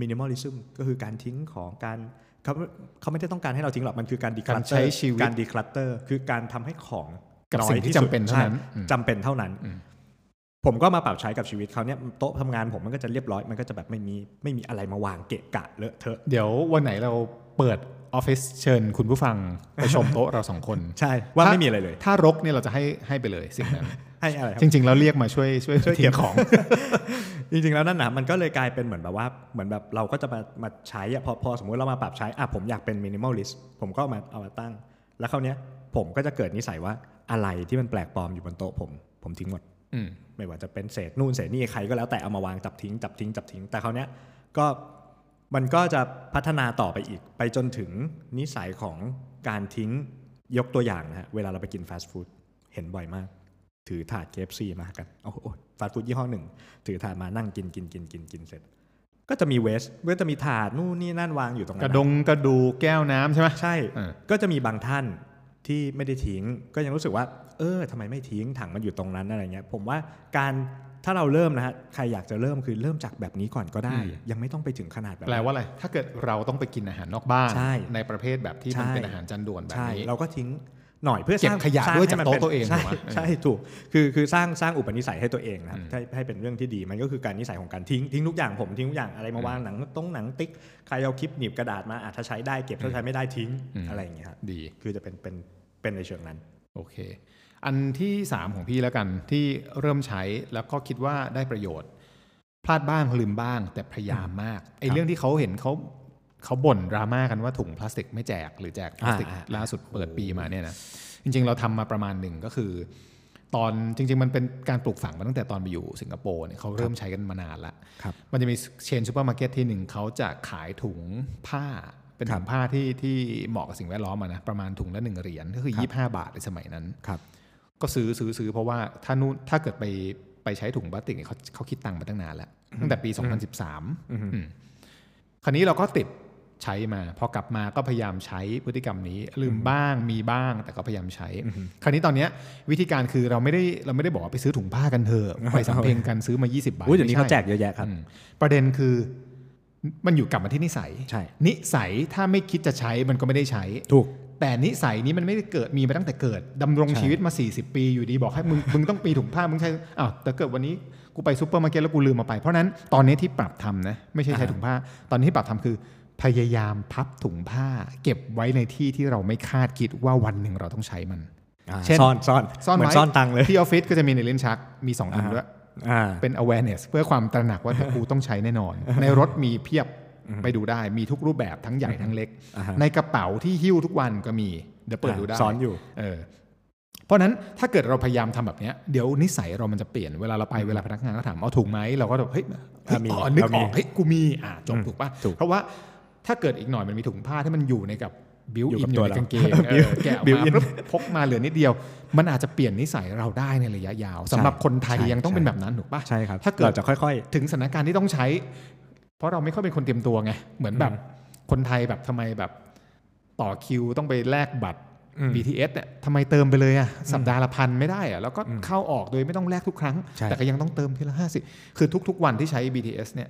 Speaker 1: Minimalism ก็คือการทิ้งของการเขาเขาไม่ได้ต้องการให้เราทิ้งหรอกมันคือการดีคลัตเตอร์
Speaker 2: การใช้ชีวิต
Speaker 1: การ ดีคลัตเตอร์คือการทำให้ของ
Speaker 2: กับ
Speaker 1: อย
Speaker 2: สิ่งที่
Speaker 1: สุด
Speaker 2: จำเป็นเท่านั้น
Speaker 1: ใช่
Speaker 2: อืม
Speaker 1: จำเป็นเท่านั้น
Speaker 2: อืม
Speaker 1: ผมก็มาปรับใช้กับชีวิตเขาวเนี่ยโต๊ะทำงานผมมันก็จะเรียบร้อยมันก็จะแบบไม่มีไม่มีอะไรมาวางเกะกะเลอะเทอะ
Speaker 2: เดี๋ยววันไหนเราเปิดออฟฟิศเชิญคุณผู้ฟังไปชมโต๊ะเราสองคน
Speaker 1: ใช่ ว่า
Speaker 2: ถ้
Speaker 1: ไม่มีอะไรเลย
Speaker 2: ถ้ารกเนี่ยเราจะให้ให้ไปเลยสิ่งนั้น
Speaker 1: ให้อะไรครับ
Speaker 2: จริง ๆ แล้วเรียกมาช่วยช่วย
Speaker 1: ช่วย
Speaker 2: ทิ้
Speaker 1: เก็บ
Speaker 2: งของ
Speaker 1: จริงๆแล้วนั่นนะมันก็เลยกลายเป็นเหมือนแบบว่าเหมือนแบบเราก็จะมามาใช้อะพอพอสมมุติเรามาปรับใช้อ่ะผมอยากเป็นมินิมอลลิสต์ผมก็เอามาเอามาตั้ง แล้วคราวเนี้ยผมก็จะเกิดนิสัยว่าอะไรที่มันแปลกปลอมอยู่บนโต๊ะผมผมทิ้งหมด
Speaker 2: อืม
Speaker 1: ไม่ว่าจะเป็นเศษนู่นเศษนี่ใครก็แล้วแต่เอามาวางจับทิ้งจับทิ้งจับทิ้งแต่คราวเนี้ยก็มันก็จะพัฒนาต่อไปอีก ไปจนถึงนิสัยของการทิ้งยกตัวอย่างนะฮะเวลาเราไปกินฟาสต์ฟู้ดเห็นบ่อยมาก ถือถาด KFC มากันโอ้โหฟาสต์ฟู้ดยี่ห้อหนึ่ง ถือถาดมานั่งกินกินกินกินกินเสร็จ ก็จะมีเวสก็จะมีถาดนู่นนี่นั่นวางอยู่ตรง
Speaker 2: ก
Speaker 1: นั้น
Speaker 2: ระด
Speaker 1: นะ
Speaker 2: งกระดูกแก้วน้ำใช่ไหม
Speaker 1: ใช่
Speaker 2: เออ
Speaker 1: ก็จะมีบางท่านที่ไม่ได้ทิ้ง ก็ยังรู้สึกว่า เออทำไมไม่ทิ้งถังมันอยู่ตรงนั้นอะไรเงี้ยผมว่าการถ้าเราเริ่มนะฮะใครอยากจะเริ่มคือเริ่มจากแบบนี้ก่อนก็ได้
Speaker 2: อืม
Speaker 1: ยังไม่ต้องไปถึงขนาดแบบ
Speaker 2: แปลว่าอะไร ถ้าเกิดเราต้องไปกินอาหารนอกบ้าน
Speaker 1: ใช่
Speaker 2: ประเภทแบบที่
Speaker 1: ใช่
Speaker 2: มันเป็นอาหารจานด่วนแบบ
Speaker 1: ใช่
Speaker 2: นี้
Speaker 1: เราก็ทิ้งหน่อยเพื่อ
Speaker 2: เก็
Speaker 1: ส
Speaker 2: บ
Speaker 1: ร้าง
Speaker 2: ขยะ
Speaker 1: สร้าง
Speaker 2: ด้วย
Speaker 1: ให้มัน
Speaker 2: จากโต๊ะ
Speaker 1: ป็น
Speaker 2: ตัวเอง
Speaker 1: ใช่
Speaker 2: ถูกไหมเออ
Speaker 1: ใช่ถูกคือคือสร้างสร้างอุปนิสัยให้ตัวเองนะครับให้ให้เป็นเรื่องที่ดีมันก็คือการนิสัยของการทิ้งทิ้งทุกอย่างผมทิ้งทุกอย่างอะไรมาวางหนังต้องหนังติ๊กใครเอาคลิปหนีบกระดาษมาอาจจะถ้าใช้ได้เก็บถ้าใช้ไม่ได้ทิ้งอะไรอย่างเงี้ยครับ
Speaker 2: ดี
Speaker 1: คือจะเป็นเป็นเป็นในเชิงนั้น
Speaker 2: โอเค อันที่ 3 ของพี่แล้วกันที่เริ่มใช้แล้วก็คิดว่าได้ประโยชน์ พลาดบ้างลืมบ้าง แต่พยายามมากไอ้
Speaker 1: ครับ
Speaker 2: เรื่องที่เขาเห็นเขาเขาบ่นดราม่ากันว่าถุงพลาสติกไม่แจกหรือแจกพลาสติก
Speaker 1: อ่า
Speaker 2: ล่าสุดเปิดปีมาเนี่ยนะจริง ๆ เราทำมาประมาณหนึ่งก็คือ ตอนจริง ๆ มันเป็นการปลูกฝังมาตั้งแต่ตอนไปอยู่สิงคโปร์เนี่ยเขาเริ่มใช้กันมานานละ
Speaker 1: ครับ
Speaker 2: มันจะมีเชนซูเปอร์มาร์เก็ตที่หนึ่งเขาจะขายถุงผ้า เป็น
Speaker 1: ครับ
Speaker 2: ถุงผ้าที่ที่เหมาะกับสิ่งแวดล้อมอะนะประมาณถุงละหนึ่งเหรียญก็คือ 25 บาทในสมัยนั้น
Speaker 1: ครับ
Speaker 2: ก็ซื้อซื้อซื้อเพราะว่าถ้านู่นถ้าเกิดไปไปใช้ถุงพลาสติกเนี่ยเขาเขาคิดตังค์มาตั้งนานแล้ว ตั้งแต่ปี 2013 อืมคราวนี้เราก็ติดใช้มา พอกลับมาก็พยายามใช้พฤติกรรมนี้ ลืมบ้างมีบ้างแต่ก็พยายามใช้ คราวนี้ตอนเนี้ยวิธีการคือเราไม่ได้เราไม่ได้บอกว่าไปซื้อถุงผ้ากันเถ อะไปสำเพ็งกันซื้อมา 20 บาท
Speaker 1: อุ้ยเดี๋ยวนี้เขา
Speaker 2: ไม่
Speaker 1: แจ
Speaker 2: ใช่
Speaker 1: กเยอะแยะครับ
Speaker 2: อืมประเด็นคือมันอยู่กลับมาที่นิสัย
Speaker 1: ใช่
Speaker 2: นิสัยถ้าไม่คิดจะใช้มันก็ไม่ได้ใช้
Speaker 1: ถูก
Speaker 2: แต่นิสัยนี้มันไม่ได้เกิดมีมาตั้งแต่เกิดดำรง
Speaker 1: ใช่
Speaker 2: ชีวิตมา 40 ปีอยู่ดีบอกให้มึง มึงต้องปีถุงผ้ามึงใช้อ้าวแต่เกิดวันนี้กูไปซูเปอร์มาร์เก็ตแล้วกูลืมมาไป เพราะฉะนั้นตอนนี้ที่ปรับทำนะไม่ใช่ใช้ถุงผ้า ตอนนี้ที่ปรับทำคือ พยายามพับถุงผ้า เก็บไว้ในที่ที่เราไม่คาดคิดว่าวันหนึ่งเราต้องใช้มัน
Speaker 1: อ่า
Speaker 2: เช่น
Speaker 1: ซ่อนซ่อน
Speaker 2: ซ่อน
Speaker 1: เหมื
Speaker 2: ไว้
Speaker 1: นซ่อนตังค์เลย
Speaker 2: ที่ออฟฟิศก็จะมีในลิ้นชักมีสองอันด้วย
Speaker 1: อ่า
Speaker 2: เป็น awareness เพื่อความตระหนักว่าเดี๋ยวกูต้องใช้แน่นอน ในรถมีเพียบไปดูได้มีทุกรูปแบบทั้งใหญ่ทั้งเล็ก
Speaker 1: อ่าฮะ
Speaker 2: ในกระเป๋าที่หิ้วทุกวันก็มี เดี๋ยวเปิดดูได้
Speaker 1: าสอนอยู่
Speaker 2: เออเพราะฉะนั้นถ้าเกิดเราพยายามทำแบบเนี้ยเดี๋ยวนิสัยเรามันจะเปลี่ยนเวลาเราไปเวลาพนักงานก็ถามเอาถุงไหมเราก็แบบเฮ้ยเฮ้ย
Speaker 1: อ่ะมี
Speaker 2: อ๋อนึกอ
Speaker 1: เรามี
Speaker 2: อกเฮ้ยกูมีอ่ะจบถูกป่ะ
Speaker 1: ถูก
Speaker 2: เพราะว่าถ้าเกิดอีกหน่อยมันมีถุงผ้าที่มันอยู่ในกับบิว
Speaker 1: อยู่
Speaker 2: อิ
Speaker 1: กันบ
Speaker 2: อ
Speaker 1: ตั
Speaker 2: ยู่
Speaker 1: ว
Speaker 2: ใน
Speaker 1: เรา
Speaker 2: กาง เกงเออแกะออก
Speaker 1: built
Speaker 2: มา
Speaker 1: in
Speaker 2: ปุ๊บพกมาเหลือนิดเดียว มันอาจจะเปลี่ยนนิสัยเราได้ในระยะยาวสำหรับคนไทย
Speaker 1: ใช่
Speaker 2: ยังต้อง
Speaker 1: ใช่
Speaker 2: เป็นแบบนั้นถูกป่ะ
Speaker 1: ใช่ครับ
Speaker 2: ถ้าเกิด
Speaker 1: เราจะค่อย
Speaker 2: ถึงสถานการณ์ที่ต้องใช้ เพราะเราไม่ค่อยเป็นคนเตรียมตัวไง เหมือนแบบคนไทยแบบทำไมแบบต่อคิวต้องไปแลกบัตร
Speaker 1: อืม
Speaker 2: BTS เนี่ยทำไมเติมไปเลยอะสัปดาห์ละพันไม่ได้อะแล้วก็เข้าออกโดยไม่ต้องแลกทุกครั้ง
Speaker 1: ใช่
Speaker 2: แต่ก็ยังต้องเติมทีละห้าสิบคือทุกๆวันที่ใช้ BTS เนี่ย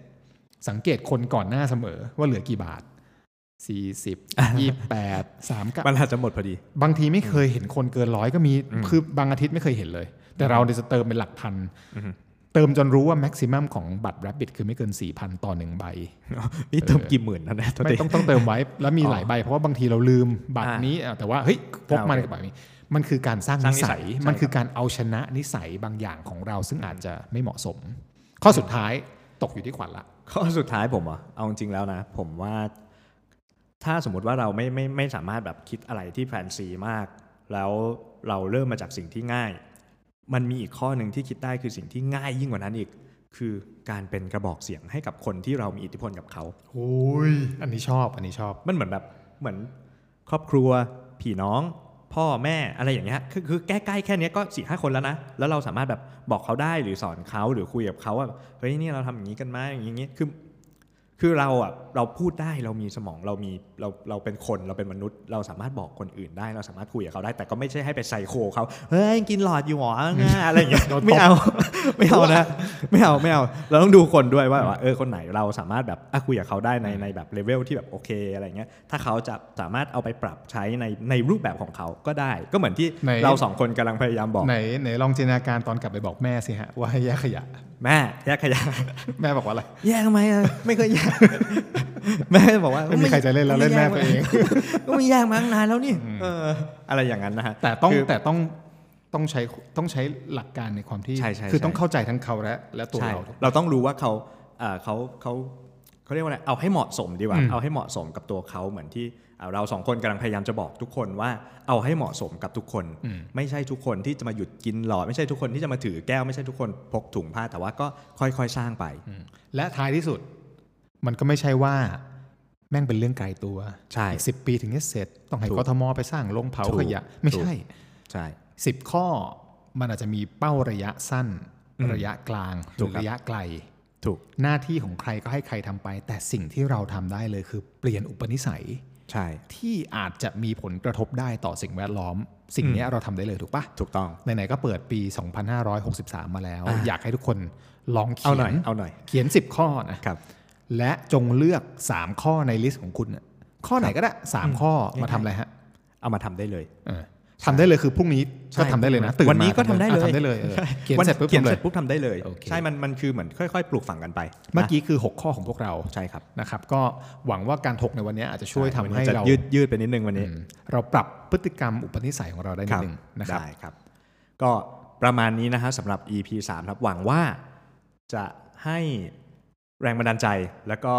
Speaker 2: สังเกตคนก่อนหน้าเสมอว่าเหลือกี่บาทสี่สิบยี่แปดสามกับ
Speaker 1: ๆมันอาจจะหมดพอดี
Speaker 2: บางทีไม่เคยเห็นคนเกินร้อยก็มี คือบางอาทิตย์ไม่เคยเห็นเลย แต่เราเนี่ยจะเติมเป็นหลักพัน
Speaker 1: อือฮึ
Speaker 2: เติมจนรู้ว่าแม็กซิมัมของบัตร Rabbit คือไม่เกิน 4,000 ต่อหนึ่งใบ
Speaker 1: นี่เติมกี่หมื่นนะเนี่ยตัว
Speaker 2: ไม่
Speaker 1: เอง
Speaker 2: ต้องต้องเติมไว้ แล้วมี
Speaker 1: อ๋อ
Speaker 2: หลายใบ เพราะว่าบางทีเราลืมบัตร
Speaker 1: อ่านี้
Speaker 2: นี้อ่ะแต่ว่าเฮ้ยพกมาในกระเป๋านี้มันคือการสร้าง
Speaker 1: สร้า
Speaker 2: นิ
Speaker 1: งนิสั
Speaker 2: สั
Speaker 1: ย
Speaker 2: ย
Speaker 1: ใช่
Speaker 2: มันคือการเอาชนะนิสัยบางอย่างของเราซึ่งอาจจะไม่เหมาะสม ข้อสุดท้ายตกอยู่ที่ขวัญละ
Speaker 1: ข้อสุดท้ายผมเหรอ่ะเอาจริงๆแล้วนะ ผมว่าถ้าสมมติว่าเราไม่ไม่ไม่สามารถแบบคิดอะไรที่แฟนซีมาก แล้วเราเริ่มมาจากสิ่งที่ง่าย มันมีอีกข้อหนึ่งที่คิดได้คือสิ่งที่ง่ายยิ่งกว่านั้นอีก คือการเป็นกระบอกเสียงให้กับคนที่เรามีอิทธิพลกับเขา
Speaker 2: โอ้ย อันนี้ชอบ อันนี้ชอบ
Speaker 1: มันเหมือนแบบเหมือนครอบครัวพี่น้อง พ่อแม่อะไรอย่างเงี้ยคือคือใกล้ๆแค่เนี้ยก็สี่ห้าคนแล้วนะ แล้วเราสามารถแบบบอกเขาได้หรือสอนเขาหรือคุยกับเขาว่าเฮ้ยนี่เราทำอย่างนี้กันไหมอย่างนี้คือ คือเราอ่ะเราพูดได้เรามีสมองเรามีเราเราเป็นคนเราเป็นมนุษย์ เราสามารถบอกคนอื่นได้ เราสามารถคุยกับเขาได้ แต่ก็ไม่ใช่ให้ไปไซโคเขาเฮ้ยกินหลอดอยู่หรออะไรอย่างเงี้ย
Speaker 2: โดนตบ
Speaker 1: ไม่ เอา ไม่เอานะ ไม่เอาไม่เอาเราต้องดูคนด้วยว่าว่าเออคนไหนเราสามารถแบบอ่ะคุยกับเขาได้ในในแบบเลเวลที่แบบโอเคอะไรเงี้ยถ้าเขาจะสามารถเอาไปปรับใช้ในในรูปแบบของเขาก็ได้ ก็เหมือนที่
Speaker 2: ใน
Speaker 1: เราสองคนกำลังพยายามบอก
Speaker 2: ไหนไหนลองจินตนาการตอนกลับไปบอกแม่สิฮะว่าให้แยกขยะ
Speaker 1: แม่แยกขยะ
Speaker 2: แม่บอกว่าอะไร
Speaker 1: แยกทำไมอะไม่เคยแยก แม่บอกว่า
Speaker 2: ไม่มีใครจะเล่นแล้วเล่นแม่ตัวเอง
Speaker 1: ก็ไม่แยกมาตั้งนานแล้วนี่เออ อะไรอย่างนั้นนะฮะ
Speaker 2: แต่ต้อง
Speaker 1: คือ
Speaker 2: แต่ต้องต้องใช้ต้องใช้หลักการในความที่
Speaker 1: ใช่ใช่
Speaker 2: คือ
Speaker 1: ใช่
Speaker 2: ต้องเข้าใจทั้งเขาและและตัว
Speaker 1: ใช่
Speaker 2: เรา
Speaker 1: เราต้องรู้ว่าเขาเอ่อเขาเขาเขาเรียกว่าอะไรเอาให้เหมาะสมดีกว่า
Speaker 2: อืม
Speaker 1: เอาให้เหมาะสมกับตัวเขาเหมือนที่เอ่อเราสองคนกำลังพยายามจะบอกทุกคนว่าเอาให้เหมาะสมกับทุกคน ไม่ใช่ทุกคนที่จะมาหยุดกินหลอด ไม่ใช่ทุกคนที่จะมาถือแก้วไม่ใช่ทุกคนพกถุงผ้าแต่ว่าก็ค่อยๆสร้างไป
Speaker 2: และท้ายที่สุด มันก็ไม่ใช่ว่า แม่งเป็นเรื่องไกลตัว
Speaker 1: ใช่
Speaker 2: อีกสิปีถึงจะเสร็จ ต้องให้
Speaker 1: ถูก
Speaker 2: กทมไปสร้างโรงเผา
Speaker 1: ถูก
Speaker 2: ขยะ ไม่
Speaker 1: ถูก
Speaker 2: ใช่
Speaker 1: ใช่
Speaker 2: 10 ข้อมันอาจจะมีเป้าระยะสั้น ระยะกลางห
Speaker 1: ถู
Speaker 2: รื
Speaker 1: ก
Speaker 2: อ
Speaker 1: ครับ
Speaker 2: ระยะไกล
Speaker 1: ถูก
Speaker 2: หน้าที่ของใครก็ให้ใครทำไป แต่สิ่งที่เราทำได้เลยคือ เปลี่ยนอุปนิสัย
Speaker 1: ใช่
Speaker 2: ที่อาจจะมีผลกระทบได้ต่อสิ่งแวดล้อม สิ่งเนี้ยเราทำได้เลยถูกปะ
Speaker 1: ถูกต้อง
Speaker 2: ไหนๆก็เปิดปี 2563 มาแล้ว
Speaker 1: อ่า
Speaker 2: อยากให้ทุกคนลอง
Speaker 1: เอาห
Speaker 2: เขีย
Speaker 1: น่อย
Speaker 2: น
Speaker 1: เอาหน่อย
Speaker 2: เขียน 10 ข้อนะ
Speaker 1: ครับ
Speaker 2: และจงเลือก 3 ข้อในลิสต์ของคุณน่ะข้อไหนก็ได้ 3 ข้อมาทำอะไรฮะ
Speaker 1: เอามาทำได้เลย
Speaker 2: เออทำได้เลยคือพรุ่งนี้
Speaker 1: ใช่
Speaker 2: ก็ทำได้เลยนะตื่น
Speaker 1: วันนี้
Speaker 2: มา
Speaker 1: ก็ทำได้เลย
Speaker 2: อ่ะทำได้เลยเออเขียน
Speaker 1: วั
Speaker 2: เสร็จปุ๊บ
Speaker 1: เขียน
Speaker 2: ทำเล
Speaker 1: เส
Speaker 2: ย
Speaker 1: ร็จปุ๊บทำได้เลย
Speaker 2: โอเค
Speaker 1: ใช่มันมันคือเหมือนค่อย ๆ ปลูกฝังกันไป
Speaker 2: เมื่อ
Speaker 1: นะ
Speaker 2: กี้คือ 6 ข้อของพวกเรา
Speaker 1: ใช่ครับ
Speaker 2: นะครับก็หวังว่าการถกในวันนี้อาจจะช่วยทำให้
Speaker 1: มันจะ
Speaker 2: เรา
Speaker 1: ยืดยืดไปนิดนึงวันนี้
Speaker 2: อืมเราปรับพฤติกรรมอุปนิสัยของเราได้นิดนึงนะครับ
Speaker 1: ได้ครับ ก็ประมาณนี้นะฮะสำหรับ EP 3 ครับ หวังว่าจะให้แรงบันดาลใจ แล้วก็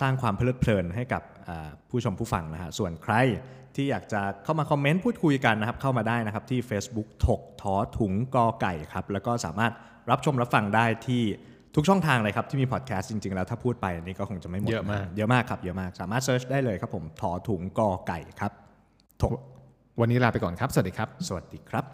Speaker 1: สร้างความเพลิดเพลินให้กับอ่าผู้ชมผู้ฟังนะฮะส่วนใครที่อยากจะเข้ามาคอมเมนต์พูดคุยกันนะครับ เข้ามาได้นะครับที่ Facebook ถกทอถุงกอไก่ครับ แล้วก็สามารถรับชมรับฟังได้ที่ทุกช่องทางเลยครับที่มีพอดแคสต์จริง ๆ แล้วถ้าพูดไปอันนี้ก็คงจะไม่หมด
Speaker 2: เยอะมาก
Speaker 1: เยอะมากครับเยอะมากสามารถเซิร์ชได้เลยครับผมทอถุงกอไก่ครับถก
Speaker 2: วันนี้ลาไปก่อนครับ สวัสดีครับ
Speaker 1: สวัสดีครับ